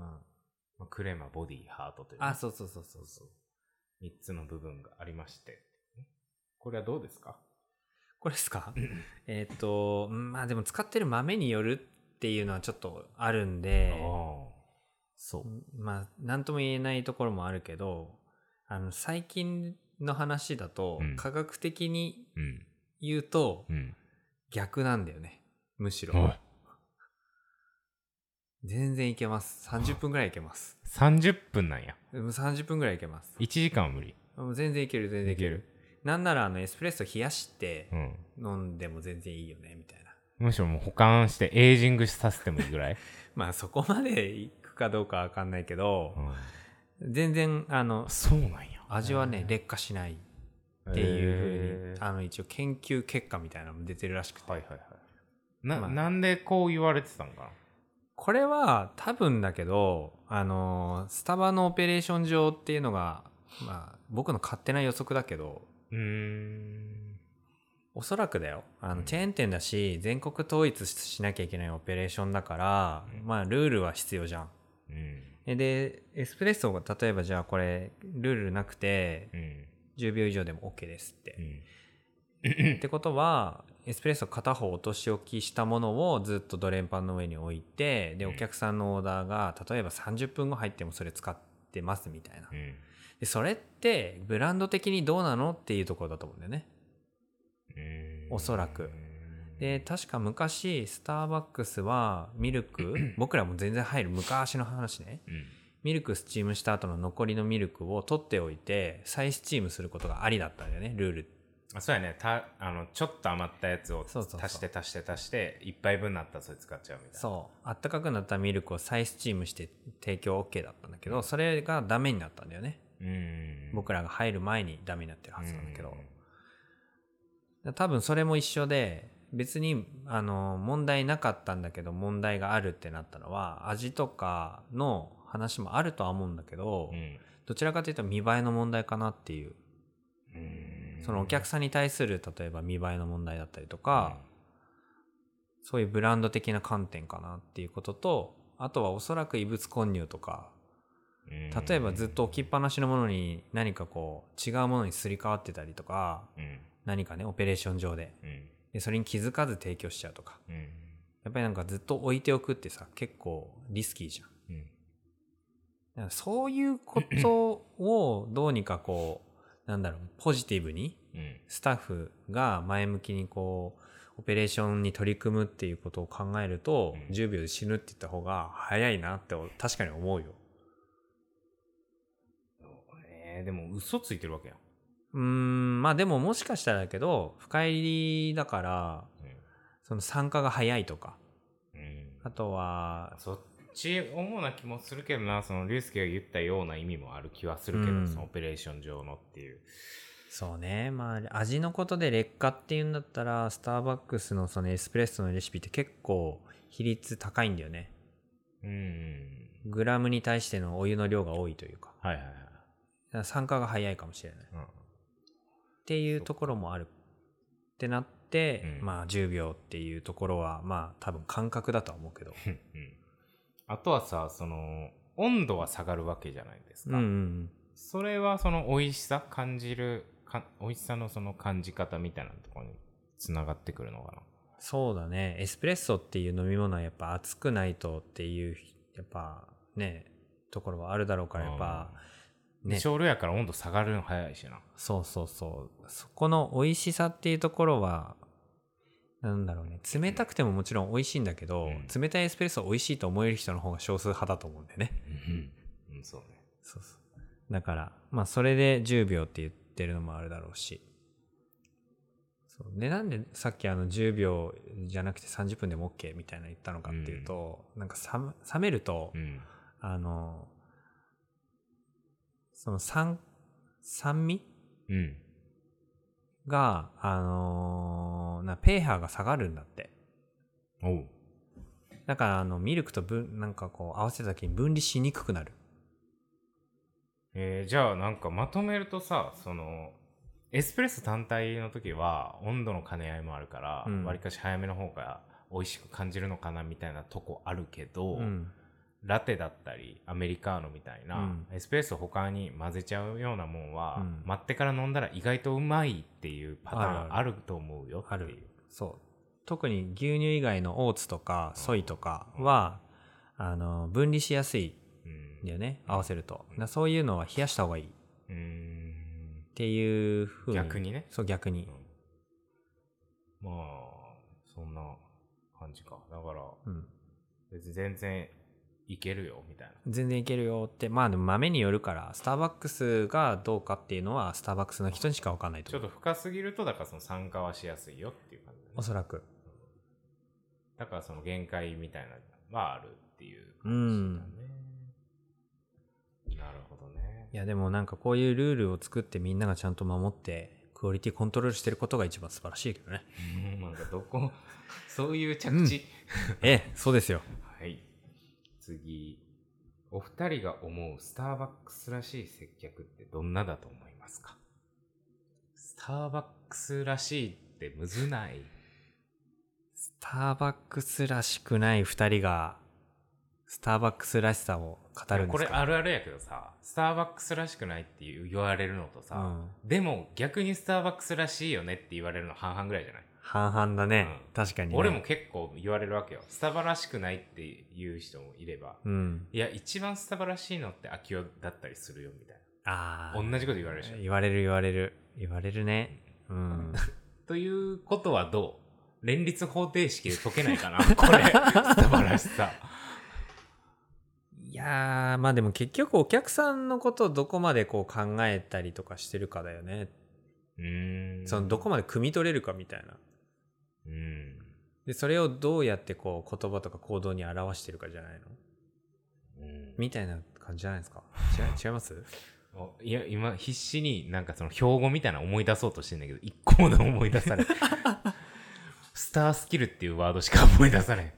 S1: あクレマボディハートというね、
S2: あ、そうそうそうそうそう。
S1: 3つの部分がありましてこれはどうですか
S2: これですかえっと、うんまあでも使ってる豆によるっていうのはちょっとあるん
S1: あ
S2: で、
S1: あそう
S2: まあ何とも言えないところもあるけど、あの、最近の話だと、
S1: うん
S2: 科学的に
S1: うん
S2: 言うと、
S1: うん
S2: 逆なんだよねむしろ、
S1: はい
S2: 全然いけます30分ぐらいいけます
S1: 30分なんや
S2: でも30分ぐらいいけます
S1: 1時間は無理
S2: もう全然いける全然いけるなんならあのエスプレッソ冷やして
S1: うん
S2: 飲んでも全然いいよねみたいな
S1: むしろもう保管してエイジングさせてもいいぐらい、
S2: まあそこまでいくかどうかわかんないけど
S1: う、ん
S2: 全然あの
S1: そうなんや
S2: 味はね劣化しないっ
S1: って
S2: いうふうにあの一応研究結果みたいなのも出てるらしくて、
S1: はいはいはい。な、
S2: まあ
S1: なんでこう言われてたんか
S2: これは多分だけどあのースタバのオペレーション上っていうのが、まあ、僕の勝手な予測だけど
S1: うーん。
S2: おそらくだよあ
S1: う
S2: の
S1: ん
S2: チェーン店だし全国統一しなきゃいけないオペレーションだから、
S1: うん
S2: まあルールは必要じゃん。
S1: うん。
S2: えでエスプレッソが例えばじゃあこれルールなくて
S1: うん。
S2: 10秒以上でも OK ですって
S1: う。ん。
S2: ってことはエスプレッソ片方落とし置きしたものをずっとドレンパンの上に置いてで
S1: うん
S2: お客さんのオーダーが例えば30分後入ってもそれ使ってますみたいな
S1: うん。
S2: でそれってブランド的にどうなのっていうところだと思うんだよね
S1: うん
S2: おそらく。で、確か昔スターバックスはミ ルク僕らも全然入る昔の話ね
S1: うん。
S2: ミルクスチームした後の残りのミルクを取っておいて再スチームすることがありだったんだよねルール
S1: あそうやね。た、あの、ちょっと余ったやつを
S2: そうそうそう
S1: 足して足して足して、一杯分になったらそれ使っちゃうみたいな。
S2: そうあったかくなったミルクを再スチームして提供 OK だったんだけど、
S1: うん
S2: それがダメになったんだよね
S1: う。うん。
S2: 僕らが入る前にダメになってる
S1: は
S2: はずなんだけ
S1: う
S2: ど
S1: ん、
S2: 多分それも一緒で別にあの問題なかったんだけど問題があるってなったのは味とかの話もあるとは思うんだけど、
S1: うん。
S2: どちらかというと見栄えの問題かなっていう
S1: うん
S2: そのお客さんに対する例えば見栄えの問題だったりとか、そういうブランド的な観点かなっていうこととあとはおそらく異物混入とか
S1: うん、
S2: 例えばずっと置きっぱなしのものに何かこう違うものにすり替わってたりとか
S1: うん。
S2: 何かねオペレーション上で
S1: うん。
S2: でそれに気づかず提供しちゃうとか
S1: うん。
S2: やっぱりなんかずっと置いておくってさ結構リスキーじゃん
S1: うん。
S2: だからそういうことをどうにかこうなんだろうポジティブに
S1: うん。
S2: スタッフが前向きにこうオペレーションに取り組むっていうことを考えると、
S1: うん
S2: 10秒で死ぬって言った方が早いなって確かに思うよ
S1: えー、でも嘘ついてるわけやん。
S2: うーんまあでももしかしたらだけど深入りだからその参加が早いとか
S1: うん。うん
S2: あとは
S1: そっち主な気もするけどな、その、竜介が言ったような意味もある気はするけど、
S2: うん
S1: そのオペレーション上のっていう。
S2: そうねまあ味のことで劣化っていうんだったらスターバックスのそのエスプレッソのレシピって結構比率高いんだよね
S1: うん。
S2: グラムに対してのお湯の量が多いというか
S1: はいはいはい。
S2: だから酸化が早いかもしれない
S1: うん。
S2: っていうところもあるってなって、
S1: うん
S2: まあ10秒っていうところはまあ多分感覚だとは思うけど
S1: うんうんあとはさその温度は下がるわけじゃないです
S2: うん
S1: か、
S2: うんうん
S1: それはその美味しさ感じるか美味しさのその感じ方みたいなところにつながってくるのかな
S2: そうだねエスプレッソっていう飲み物はやっぱ熱くないとっていうやっぱねところはあるだろうからやっぱ、ね
S1: 少量やから温度下がるの早いしな
S2: そうそうそうそこの美味しさっていうところはなんだろうね冷たくてももちろん美味しいんだけど、
S1: うん
S2: 冷たいエスプレッソを美味しいと思える人の方が少数派だと思うんだよね
S1: うん、うん、そうね
S2: そうそう。だから、まあ、それで10秒って言ってるのもあるだろうし。そうで、なんでさっきあの10秒じゃなくて30分でも OK みたいなの言ったのかっていうと、なんか冷め冷めると、
S1: うん
S2: あの、その酸、酸味
S1: うん
S2: が、あのな、ペーハーが下がるんだって。
S1: おう
S2: だから、あの、ミルクと分、なんかこう、合わせた時に分離しにくくなる。
S1: えーじゃあなんかまとめるとさそのエスプレッソ単体の時は温度の兼ね合いもあるから
S2: うん
S1: わり、かし早めの方が美味しく感じるのかなみたいなとこあるけど、
S2: うん。
S1: ラテだったりアメリカーノみたいな、
S2: うん
S1: エスプレッソ他に混ぜちゃうようなもんは、
S2: うん
S1: 待ってから飲んだら意外とうまいっていうパターンあ
S2: あ
S1: ると思うよって
S2: あ
S1: いう
S2: るそう特に牛乳以外のオーツとか
S1: うん
S2: ソイとかは、あの分離しやすい
S1: うん
S2: んだよね
S1: うん
S2: 合わせると、
S1: うん
S2: だからそういうのは冷やした方がいいっ
S1: うーん
S2: ていうふうに
S1: 逆にね、
S2: そう逆
S1: う
S2: に
S1: ん、まあそんな感じかだから
S2: うん
S1: 別に全然いけるよみたいな
S2: 全然いけるよってまあでも豆によるからスターバックスがどうかっていうのはスターバックスの人にしか分かんない
S1: ち
S2: と
S1: ょっ
S2: 思
S1: と
S2: う
S1: 深すぎるとだからその酸化はしやすいよっていう感じだね、
S2: おそらく
S1: だからその限界みたいなのはあるっていう
S2: う
S1: 感
S2: ん
S1: じだね、なるほどね
S2: いやでもなんかこういうルールを作ってみんながちゃんと守ってクオリティコントロールしてることが一番素晴らしいけ どね
S1: うんなんかど こ、そういう着地。
S2: ええそうですよ
S1: はい。次、お二人が思うスターバックスらしい接客ってどんなだと思いますかスターバックスらしいってむずない。
S2: スターバックスらしくない2人がスターバックスらしさを語るんですか
S1: これあるあるやけどさ、スターバックスらしくないっていう言われるのと
S2: う
S1: さ、
S2: ん、
S1: でも逆にスターバックスらしいよねって言われるの半々ぐらいじゃない
S2: 半々だね、
S1: うん
S2: 確かに、ね、
S1: 俺も結構言われるわけよ。スタバらしくないっていう人もいれば、
S2: うん
S1: いや、一番スタバらしいのって秋代だったりするよみたい
S2: ああ
S1: な。同じこと言われるでしょ。
S2: 言われる言われる言われるね うん
S1: ということはどう連立方程式で解けないか なこれ、スタバらしさ。
S2: いやーまあでも結局お客さんのことをどこまでこう考えたりとかしてるかだよね、
S1: うーん。
S2: そのどこまで汲み取れるかみたいな
S1: うん。
S2: でそれをどうやってこう言葉とか行動に表してるかじゃないの
S1: うん
S2: みたいな感じじゃないですか違い違います
S1: おいや今必死になんかその標語みたいなの思い出そうとしてんだけど一個も思い出 されんスタースキルっていうワードしか思い出されん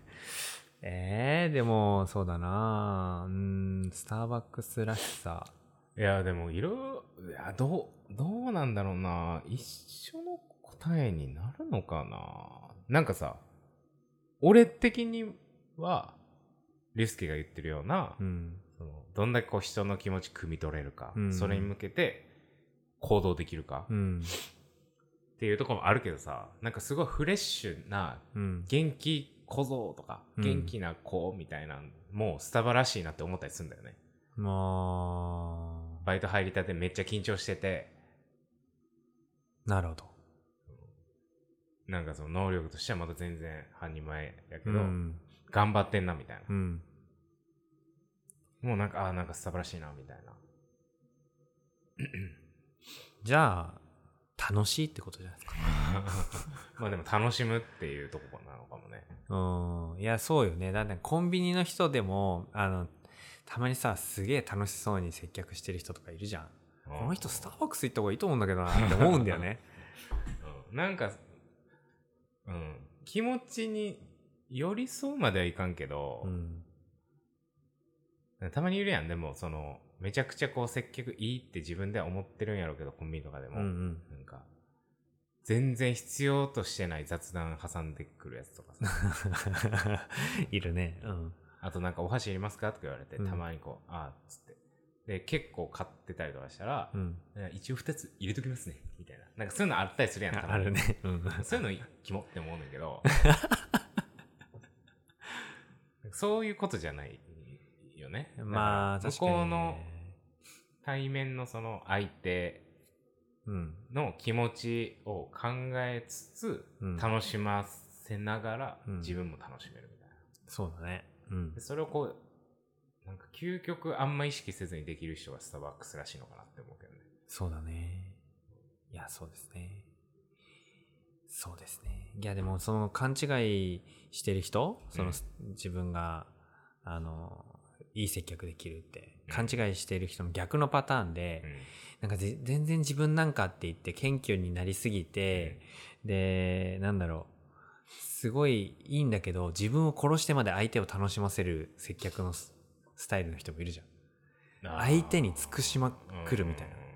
S2: えー、でもそうだなうーんスターバックスらしさ
S1: いやでもいろいやどうどうなんだろうな一緒の答えになるのかななんかさ俺的には竜介が言ってるような、
S2: うん
S1: そのどんだけこう人の気持ち汲み取れるか、
S2: うん
S1: それに向けて行動できるか
S2: う
S1: っ
S2: ん
S1: ていうところもあるけどさなんかすごいフレッシュな
S2: うん
S1: 元気小僧とか
S2: うん
S1: 元気な子みたいなのもスタバらしいなって思ったりするんだよね
S2: まあ
S1: バイト入りたてめっちゃ緊張してて
S2: なるほど
S1: なんかその能力としてはまだ全然半人前やけ
S2: う
S1: ど、
S2: ん
S1: 頑張ってんなみたいな
S2: う、ん
S1: もうなんかあーなんかスタバらしいなみたいな
S2: じゃあ楽しいってことじゃないですか
S1: まあでも楽しむっていうとこなのかもね
S2: うんいやそうよねだってコンビニの人でもあのたまにさすげえ楽しそうに接客してる人とかいるじゃんこの人スターバックス行った方がいいと思うんだけどなって思うんだよね
S1: うんなんか、うん、気持ちに寄り添うまではいかんけど
S2: う、ん
S1: たまにいるやんでもそのめちゃくちゃこう接客いいって自分では思ってるんやろうけどコンビニとかで
S2: う
S1: も、
S2: んうん
S1: なんか全然必要としてない雑談挟んでくるやつとかさ
S2: いるねうん
S1: あとなんかお箸いりますかとか言われて
S2: うん
S1: たまにこう、ああっつってで結構買ってたりとかしたら
S2: う、ん
S1: なんか一応2つ入れときますねみたいななんかそういうのあったりするやんたまに
S2: あるねうん
S1: そういうのキモって思うねんだけ どそういうことじゃないよね
S2: まあ
S1: だから
S2: 確かに
S1: 向こう
S2: ね
S1: の対面のその相手
S2: うん
S1: の気持ちを考えつつ、
S2: うん
S1: 楽しませながら
S2: うん
S1: 自分も楽しめるみたいな、
S2: そうだねうん
S1: でそれをこうなんか究極あんま意識せずにできる人がスターバックスらしいのかなって思うけどね
S2: そうだね。いや、そうですね。そうですね。いや、でも、その勘違いしてる人、その、自分が、あの、いい接客できるって、
S1: うん
S2: 勘違いしてる人の逆のパターンで、なんかぜ全然自分なんかって言って謙虚になりすぎて、で、なんだろう、すごいいいんだけど、自分を殺してまで相手を楽しませる接客のススタイルの人もいるじゃん。
S1: うん
S2: 相手に尽くしまくるみたいな。
S1: うん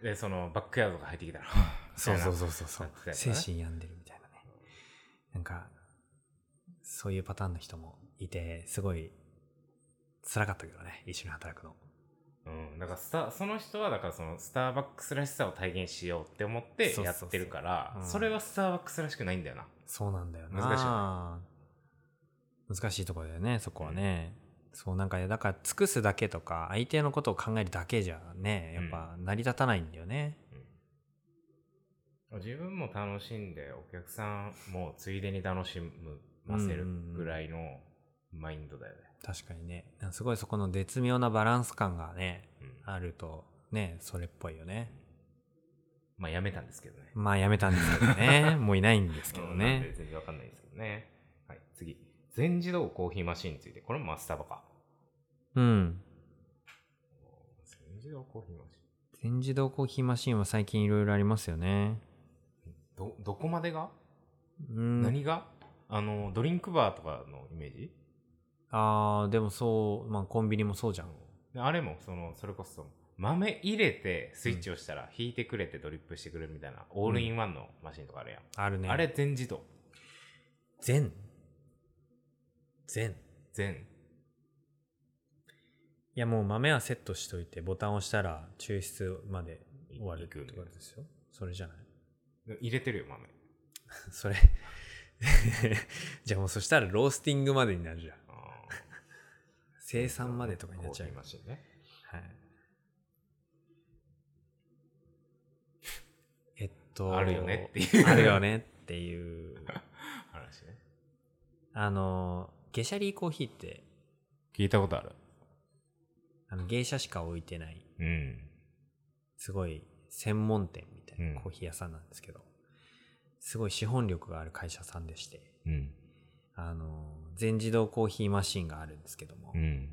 S1: でそのバックヤードが入ってきたら
S2: そうそう
S1: み
S2: そうそうそう
S1: なってたよ
S2: 精
S1: ね
S2: 神病んでるみたいなねなんかそういうパターンの人もいてすごい辛かったけどね一緒に働くの
S1: たいなうんだからスタその人はだからそのスターバックスらしさを体現しようって思って
S2: そうそう
S1: や
S2: そう
S1: ってるから
S2: うん
S1: それはスターバックスらしくないんだよな
S2: そうなんだよな
S1: 難しい
S2: 難しいところだよねそこはね、そうなんかだから尽くすだけとか相手のことを考えるだけじゃねやっぱ成り立たないんだよね、
S1: 自分も楽しんでお客さんもついでに楽しませるぐらいのマインドだよね、
S2: 確かにねなんかすごいそこの絶妙なバランス感がね
S1: うん
S2: あるとねそれっぽいよね
S1: まあやめたんですけどね
S2: まあやめたんですけ どねもういないんですけど
S1: うんなんで
S2: ね
S1: 全然わかんないですけどねはい次全自動コーヒーマシンについてこれもマスタバか
S2: うん
S1: 全自動コーヒーマシン
S2: 全自動コーヒーマシンは最近いろいろありますよね。
S1: どどこまでが
S2: うん
S1: 何があのドリンクバーとかのイメージ
S2: ああ、でもそう、まあコンビニもそうじゃん。
S1: であれもそのそれこそ豆入れてスイッチ押したら引いてくれてドリップしてくれるみたいな、オールインワンのマシンとかあるやん、
S2: あるね。
S1: あれ全自動
S2: 全全
S1: 全
S2: いやもう豆はセットしといてボタン押したら抽出まで終わるってことですよそれじゃない
S1: 入れてるよ豆
S2: それ じゃあもうそしたらロースティングまでになるじゃん
S1: あー
S2: 生産までとかになっちゃう
S1: コーヒーマシンね
S2: はいえっと
S1: あるよねっていう
S2: あるよねっていう
S1: 話ね
S2: あのゲシャリーコーヒーって
S1: 聞いたことある
S2: あの芸者しか置いてない
S1: うん
S2: すごい専門店みたい
S1: うん
S2: なコーヒー屋さんなんですけど、すごい資本力がある会社さんでして、
S1: うん
S2: あの、全自動コーヒーマシンがあるんですけども、
S1: うん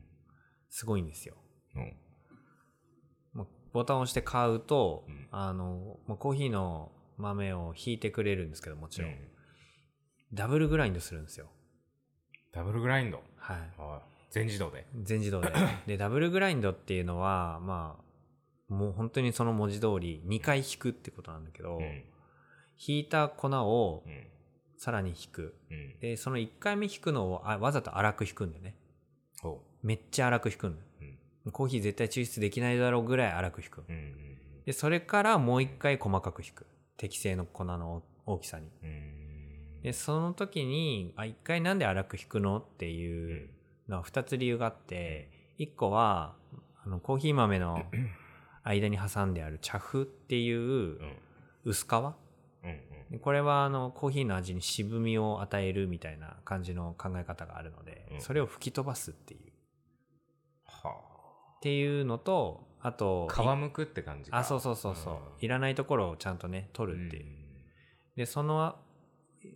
S2: すごいんですよ。
S1: うん
S2: もうボタンを押して買うと、
S1: うん
S2: あの、まあコーヒーの豆をひいてくれるんですけどもちろん、
S1: うん
S2: ダブルグラインドするんですよ。
S1: ダブルグラインド
S2: はい。
S1: はい全自動で
S2: 全自 動で。で、ダブルグラインドっていうのは、まあ、もう本当にその文字通り2回引くってことなんだけど、
S1: うん
S2: 引いた粉を
S1: うん
S2: さらに引く。
S1: うん
S2: でその1回目引くのをあわざと粗く引くんだよね
S1: ほ
S2: めっちゃ粗く引くんだよ
S1: ううん
S2: コーヒー絶対抽出できないだろうぐらい粗く引く
S1: うん
S2: でそれからもう1回細かく引く適正の粉の大きさに
S1: うんうん
S2: でその時にあ1回なんで粗く引くのって
S1: う
S2: いうんのは2つ理由があって1個はあのコーヒー豆の間に挟んである茶粉っていう
S1: うん
S2: 薄皮
S1: うん
S2: でこれはあのコーヒーの味に渋みを与えるみたいな感じの考え方があるので、
S1: うん
S2: それを吹き飛ばすっていう
S1: は
S2: っていうのとあと
S1: あ皮むくって感じか
S2: あそうそうそうそう、
S1: うん
S2: いらないところをちゃんとね取るっていう、
S1: ん
S2: でその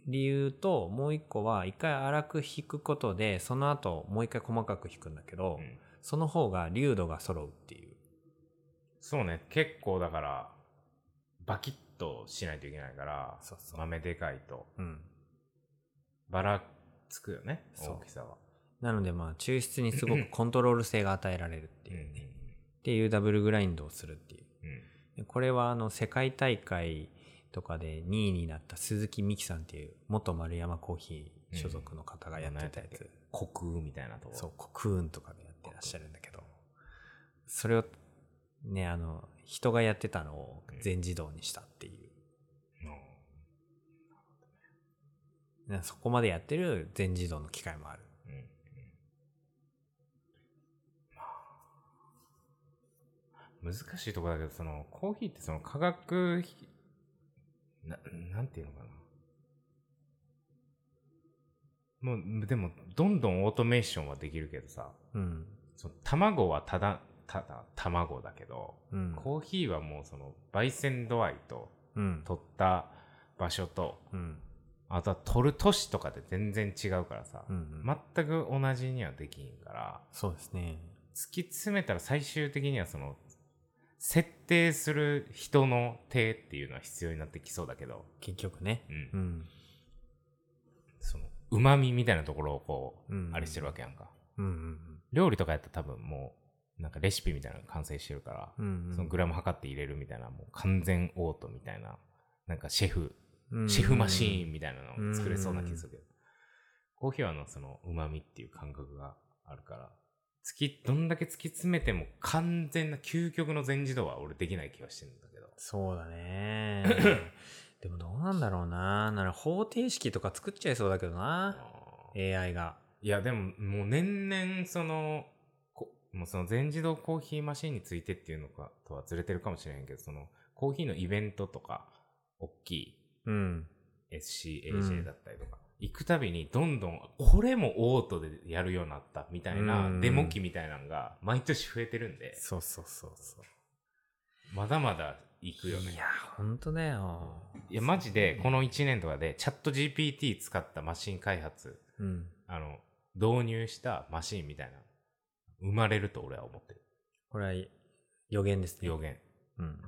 S2: 理由ともう一個は一回粗く引くことでその後もう一回細かく引くんだけど、
S1: うん
S2: その方が粒度が揃うっていう
S1: そうね結構だからバキッとしないといけないから
S2: そうそう
S1: 豆でかいと
S2: うん
S1: ばらつくよね
S2: そう
S1: 大きさは
S2: なのでまあ抽出にす ごくコントロール性が与えられるって
S1: うん
S2: いううね、っ
S1: ん
S2: ていうダブルグラインドをするっていう
S1: うん
S2: でこれはあの世界大会とかで2位になった鈴木美希さんっていう元丸山コーヒー所属の方がやってたやつ、
S1: コクみたいなとこ
S2: そうコクーンとかでやってらっしゃるんだけどそれをねあの人がやってたのを全自動にしたっていう、
S1: うん
S2: ねそこまでやってる全自動の機械もある
S1: うんうんまあ難しいとこだけどそのコーヒーってその化学ひななんていうのかなもうでもどんどんオートメーションはできるけどさ
S2: うん
S1: その卵はただただ卵だけど、
S2: うん
S1: コーヒーはもうその焙煎度合いと
S2: うん
S1: 取った場所と
S2: うん
S1: あとは取る都市とかで全然違うからさ、
S2: うんうん
S1: 全く同じにはできんから
S2: そうですね
S1: 突き詰めたら最終的にはその設定する人の手っていうのは必要になってきそうだけど、
S2: 結局ね
S1: うん
S2: うん
S1: そのうまみみたいなところをこう、
S2: うん
S1: あれしてるわけやんか
S2: うんうん
S1: 料理とかやったら多分もうなんかレシピみたいなの完成してるから、
S2: うんうん
S1: そのグラム測って入れるみたいなもう完全オートみたいななんかシェフ
S2: うん
S1: シェフマシーンみたいなのを作れそうな気がするけど、コーヒーはあのそのうまみっていう感覚があるから、突き、どんだけ突き詰めても完全な究極の全自動は俺できない気がしてるんだけど。
S2: そうだ ねでもどうなんだろうななら方程式とか作っちゃいそうだけどな AI が
S1: いや、でももう年々その、こもうその全自動コーヒーマシンについてっていうのかとはずれてるかもしれへんけど、そのコーヒーのイベントとか、大きい
S2: うん、う
S1: SCAJ
S2: ん
S1: だったりとか、行くたびにどんどんこれもオートでやるようになったみたいな、
S2: うん
S1: デモ機みたいなのが毎年増えてるんで
S2: そうそうそうそう
S1: まだまだ行くよね
S2: いや、ほんとだよ。
S1: いやマジでこの1年とかでチャット GPT 使ったマシン開発
S2: うん。
S1: あの導入したマシンみたいな生まれると俺は思ってる
S2: これは予言ですね。
S1: 予。言、
S2: うん。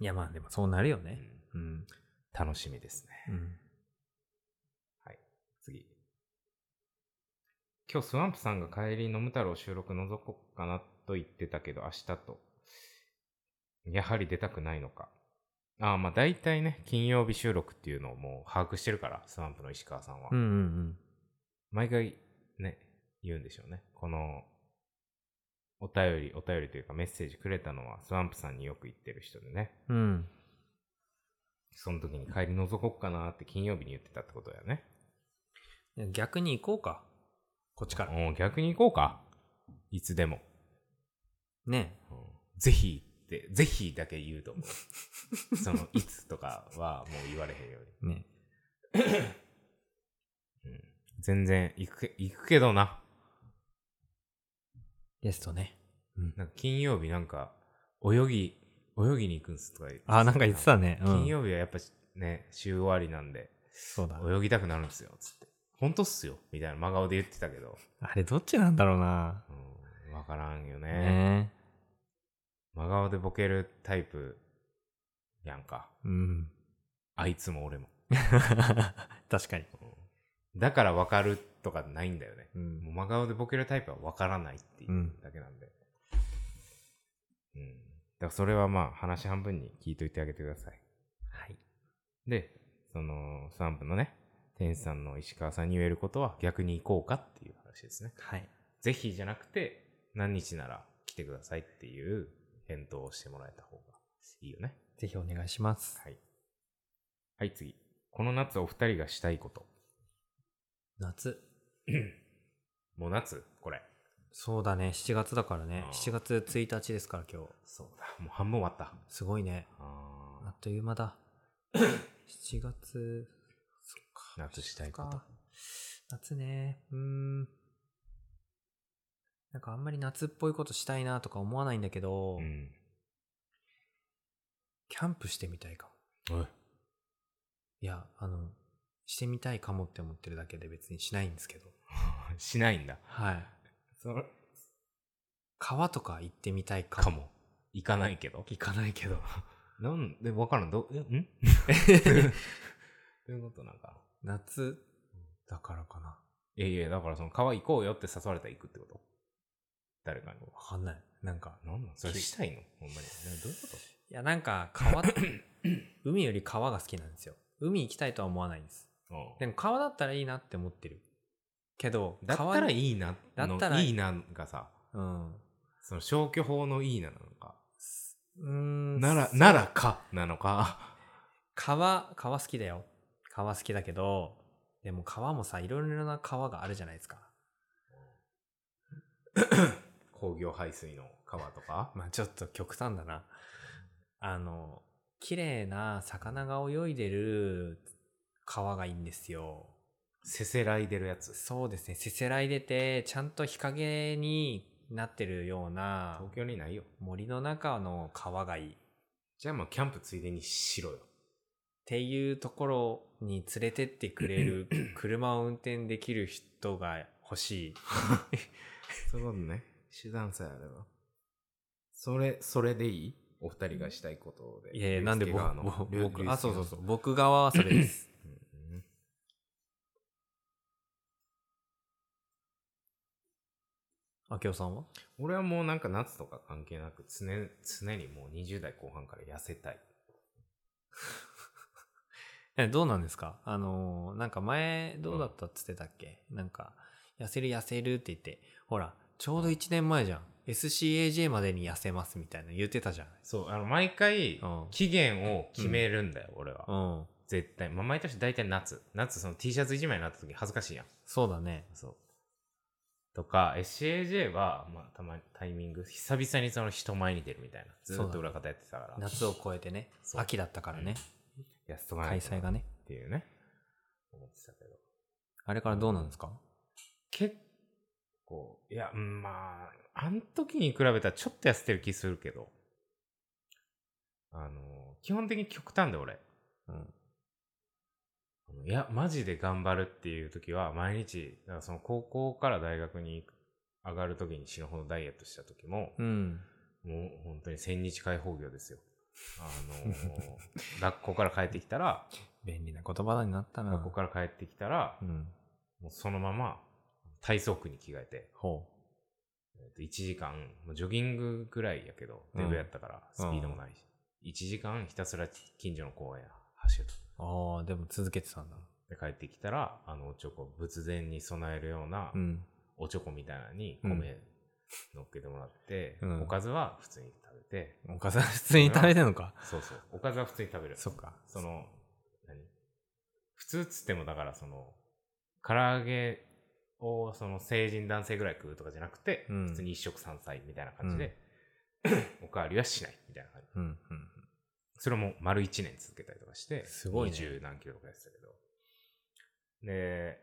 S2: いや、まあでもそうなるよね。うん。
S1: 楽しみですね
S2: うん。
S1: 次今日スワンプさんが帰り飲む太郎収録覗こうかなと言ってたけど、明日と。やはり出たくないのか。ああ、まあ大体ね、金曜日収録っていうのをもう把握してるから、スワンプの石川さんは。
S2: うんうん
S1: 毎回ね、言うんでしょうね。この、お便り、お便りというかメッセージくれたのは、スワンプさんによく言ってる人でね。
S2: うん。うん。
S1: その時に帰り覗こっかなって金曜日に言ってたってことだよね。
S2: 逆に行こうか。こっちから。
S1: うん、逆に行こうか。いつでも。
S2: ね。
S1: うんぜひって、ぜひだけ言うと思う。その、いつとかはもう言われへんよう
S2: ね。
S1: に。うん、全然行くけ、行くけどな。
S2: ゲストね。
S1: なんか金曜日なんか、泳ぎ、泳ぎに行くんすとか言って
S2: あ、なんか言ってたね。うん、
S1: 金曜日はやっぱね、週終わりなんで、
S2: そうだ。
S1: 泳ぎたくなるんですよ、つって。本当っすよ、みたいな真顔で言ってたけど。
S2: あれ、どっちなんだろうな。
S1: うん、わからんよね
S2: ね
S1: 真顔でボケるタイプ、やんか。
S2: うん。
S1: あいつも俺も。
S2: 確かに。
S1: うんだからわかるとかないんだよね。
S2: うん
S1: もう真顔でボケるタイプはわからないっていううんだけなんで。うん。だからそれはまあ、話半分に聞いといてあげてください。
S2: はい。
S1: で、その、3分のね、天使さんの石川さんに言えることは逆に行こうかっていう話ですね。
S2: はい。
S1: ぜひじゃなくて、何日なら来てくださいっていう返答をしてもらえた方がいいよね。
S2: ぜひお願いします。
S1: はい。はい、次。この夏お二人がしたいこと。
S2: 夏。
S1: もう夏これ。
S2: そうだね。7月だからね
S1: あ。ー
S2: 7月1日ですから、今日。
S1: そうだ。もう半分終わった。
S2: すごいね。
S1: あ
S2: あっという 間だ。7月、そっか。
S1: 夏したいこと
S2: そっか。夏ね。うーん。なんかあんまり夏っぽいことしたいなとか思わないんだけど、
S1: ーうん。
S2: キャンプしてみたいかも。
S1: おい。
S2: いや、あの、してみたいかもって思ってるだけで別にしないんですけど。
S1: しないんだ。
S2: はい。
S1: それ
S2: 川とか行ってみたいかも。
S1: かも。行かないけど。
S2: 行かないけど。
S1: なんで、わからん。ど、えんどういうことなんか。
S2: 夏だからかな。
S1: いやいや、だからその川行こうよって誘われたら行くってこと誰かに。
S2: わかんない。なんか、
S1: なんなんそれしたいのほんまに。などういうこと
S2: いや、なんか 川、海より川が好きなんですよ。海行きたいとは思わないんです。
S1: うん
S2: でも川だったらいいなって思ってる。けど、
S1: だったら
S2: い。
S1: いいな
S2: だ
S1: の
S2: ったら
S1: いいながさ、
S2: うん。
S1: その消去法のいいななのか、
S2: うーん。
S1: なら、ならかなのか、
S2: 川、川好きだよ。川好きだけど、でも川もさ、いろいろな川があるじゃないですか。
S1: 工業排水の川とか、
S2: まあちょっと極端だな。あの、綺麗な魚が泳いでる川がいいんですよ。
S1: せせらいでるやつ。
S2: そうですね。せせらい出て、ちゃんと日陰になってるような
S1: 東京にないよ。
S2: 森の中の川がいい。っ
S1: じゃあもうキャンプついでにしろよ。
S2: ていうところに連れてってくれる車を運転できる人が欲しい。
S1: そういうことね。手段さえあれば。それ、それでいいお二人がしたいことで。
S2: いやいや、なんで
S1: 竜介側
S2: 僕、
S1: の
S2: 僕
S1: 竜
S2: 僕、あ、そうそう
S1: 竜介
S2: そう。僕側はそれ です。
S1: 側のうん
S2: 明夫さんは
S1: 俺はもうなんか夏とか関係なく常、常にもう20代後半から痩せたい。
S2: え、どうなんですかあのーなんか前、どうだったっつってたっけ、なんか、痩せる痩せるって言って、ほら、ちょうど1年前じゃん。SCAJ までに痩せますみたいな言ってたじゃない
S1: そう、あの、毎回
S2: うん、
S1: 期限を決めるんだよ、俺
S2: う
S1: は。
S2: ん。
S1: 絶対。まあ、毎年大体夏。夏、その T シャツ1枚になった時恥ずかしいやん。
S2: そうだね。
S1: そう。とか、SCAJ は、まあ、たまにタイミング、久々にその人前に出るみたいな。ず
S2: そう
S1: っ
S2: だ
S1: と
S2: ね
S1: 裏方やってたから。
S2: 夏を越えてね。
S1: そう
S2: 秋だったからね。
S1: やっとかな
S2: 開
S1: いとな
S2: 催がね。
S1: っていうね。思ってたけど。
S2: あれからどうなんですか
S1: 結構、いや、うんまあ、あの時に比べたらちょっと痩せてる気するけど、あの、基本的に極端で俺。
S2: うん。
S1: あのいや、マジで頑張るっていう時は、毎日、だからその高校から大学に上がる時に死ぬほどダイエットした時も、
S2: うん。
S1: もう本当に千日開放業ですよ。あの、 学校から帰ってきたら、
S2: 便利な言葉になったな。
S1: 学校から帰ってきたら
S2: う、ん。
S1: もうそのまま体操服に着替えて、
S2: ほ
S1: えっと1時間、もうジョギングぐらいやけど、デブやったから、スピードもないし、1時間ひたすら近所の公園走ると。
S2: う。ああ、でも続けてたんだ。
S1: で、帰ってきたら、あの、おちょこ、仏前に備えるような、
S2: うん。
S1: おちょこみたいなのに
S2: うん
S1: 米乗っけてもらって、
S2: うん
S1: おかずは普通に食べて、
S2: お母さん、普通に食べてんのか。
S1: そうそう、おかずは普通に食べる。
S2: そっか。
S1: その、何普通っつってもだからその、唐揚げをその成人男性ぐらい食うとかじゃなくて、
S2: うん
S1: 普通に一食三菜みたいな感じで、 おかわりはしないみたいな感じ。
S2: うん、うん。
S1: それも丸1年続けたりとかして、
S2: すごいね
S1: 20何キロとかやってたけど。で、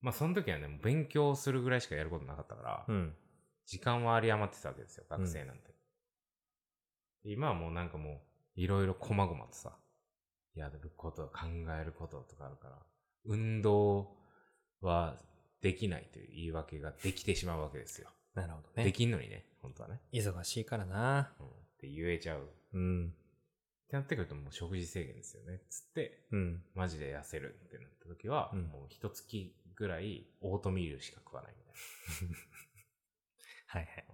S1: まあその時はね、もう勉強するぐらいしかやることなかったから、
S2: うん。
S1: 時間は有り余ってたわけですよ、学生なんて。今はもうなんかもう、いろいろ細々とさ、やること、考えることとかあるから、運動はできないという言い訳ができてしまうわけですよ。
S2: なるほど
S1: で
S2: ね。
S1: きんのにね、本当はね。
S2: 忙しいからな。
S1: うん、って言えちゃう。っ
S2: うん。
S1: てなってくるともう食事制限ですよね。つって、
S2: うん。
S1: マジで痩せるってなった時は、
S2: うん
S1: もう一月ぐらいオートミールしか食わないみたいな。
S2: はいはい。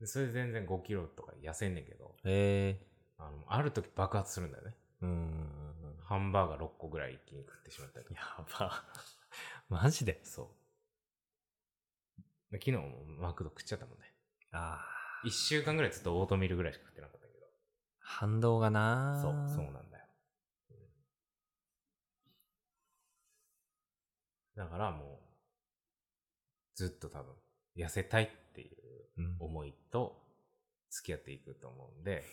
S1: でそれで全然5キロとか痩せんねんけど、
S2: え
S1: あの、ある時爆発するんだよね。
S2: えー。うん。
S1: ハンバーガー6個ぐらい一気に食って しまったりとか。
S2: やば。マジで
S1: そう。で昨日もマクド食っちゃったもんね。
S2: ああ。
S1: 1週間ぐらいずっとオートミールぐらいしか食ってなかったけど。
S2: 反動がな。
S1: そう、そうなんだよ。うんだからもう、ずっと多分、痩せたいっていう
S2: うん。
S1: 思いと付き合っていくと思うん で、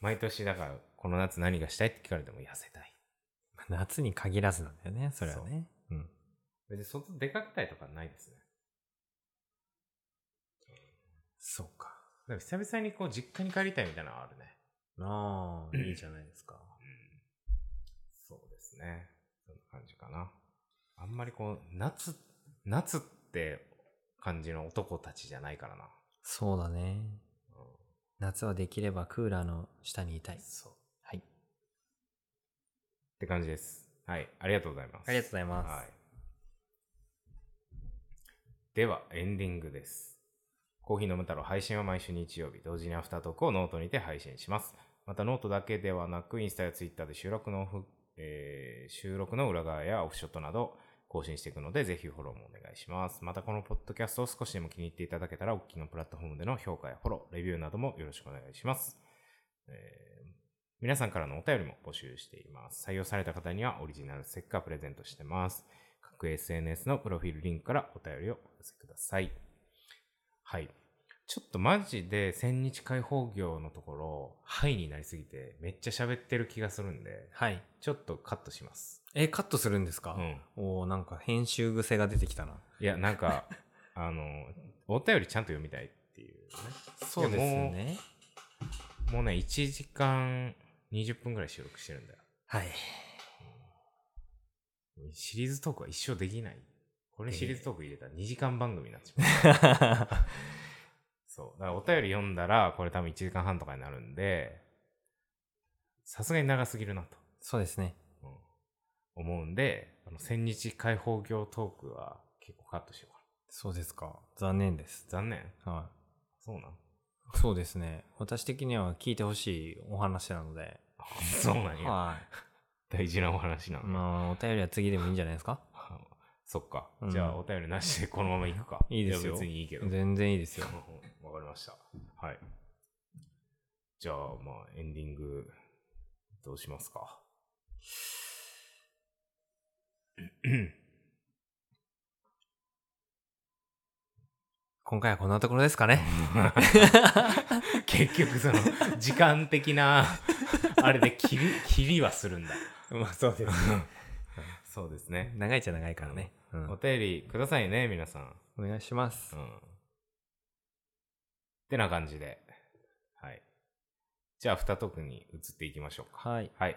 S1: 毎年だから、この夏何がしたいって聞かれても痩せたい。
S2: 夏に限らずなんだよね、それはね。うん。
S1: 別に外出かけたいとかないですね。
S2: そうか。
S1: なんか久々にこう実家に帰りたいみたいなのはあるね。
S2: ああ、いいじゃないですか。
S1: そうですね。そんな感じかな。あんまりこう、夏、夏って感じの男たちじゃないからな。
S2: そうだね。
S1: うん
S2: 夏はできればクーラーの下にいたい。
S1: そう。っ
S2: はい。
S1: て感じです。はい。ありがとうございます。
S2: ありがとうございます。
S1: はい。では、エンディングです。コーヒー飲む太郎配信は毎週日曜日、同時にアフタートークをノートにて配信します。またノートだけではなく、インスタやツイッターで収録のふ、えー収録の裏側やオフショットなど更新していくので、ぜひフォローもお願いします。またこのポッドキャストを少しでも気に入っていただけたら、お聞きのプラットフォームでの評価やフォロー、レビューなどもよろしくお願いします。えー皆さんからのお便りも募集しています。採用された方にはオリジナルステッカープレゼントしてます。各 SNS のプロフィールリンクからお便りをお寄せください。はい。ちょっとマジで千日開放業のところ、ハイになりすぎてめっちゃ喋ってる気がするんで、
S2: はい。
S1: ちょっとカットします。
S2: え、カットするんですか、
S1: うん。
S2: おおなんか編集癖が出てきたな。
S1: いや、なんか、 あの、お便りちゃんと読みたいっていうね。
S2: そうですね。
S1: もうね、1時間20分ぐらい収録してるんだよ。
S2: はい。
S1: シリーズトークは一生できない。これにシリーズトーク入れたら2時間番組になっちゃう。 そう。だからお便り読んだら、これ多分1時間半とかになるんで、さすがに長すぎるなと、
S2: そうですね。
S1: うん思うんで、あの、千日開放業トークは結構カットしようか
S2: そうですか。残念です。
S1: な。残念。
S2: は
S1: そうなん
S2: い。そうですね。私的には聞いてほしいお話なので。
S1: そうなんや。
S2: は。
S1: 大事なお話ないの。
S2: まあ、お便りは次でもいいんじゃないですか
S1: そっか。
S2: うん
S1: じゃあ、お便りなしでこのままいくか。
S2: いいですよ
S1: や別にいいけど。
S2: 全然いいですよ。
S1: うんわかりました。はい。じゃあ、まあ、エンディング、どうしますか。
S2: 今回はこんなところですかね。
S1: 結局、その、時間的な、あれで切り、切りはするんだ。
S2: まあ、そうです。
S1: そうですね。
S2: 長いっちゃ長いからね。うん
S1: お便りくださいね、皆さん。
S2: お願いします
S1: う。ん。ってな感じで。はい。じゃあ、アフタートークに移っていきましょうか。
S2: はい。
S1: はい。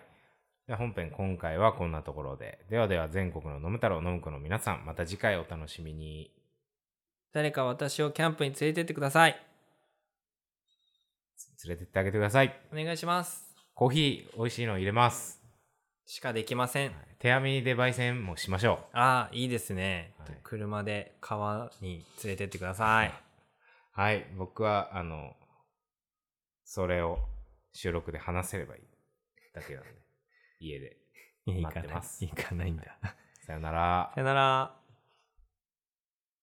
S1: では本編今回はこんなところで。ではでは全国の飲む太郎飲む子の皆さん、また次回お楽しみに。
S2: 誰か私をキャンプに連れてってください。
S1: 連れてってあげてください。
S2: お願いします。
S1: コーヒー美味しいの入れます。
S2: しかできません。
S1: 手編みで焙煎もしましょ
S2: ああ、いいですね、
S1: はい
S2: 車で川に連れてってください。
S1: う。はい、僕は、あの、それを収録で話せればいいだけなんで、家で。
S2: い
S1: 待ってます
S2: 行かないんだ。
S1: さよなら
S2: さ。よなら。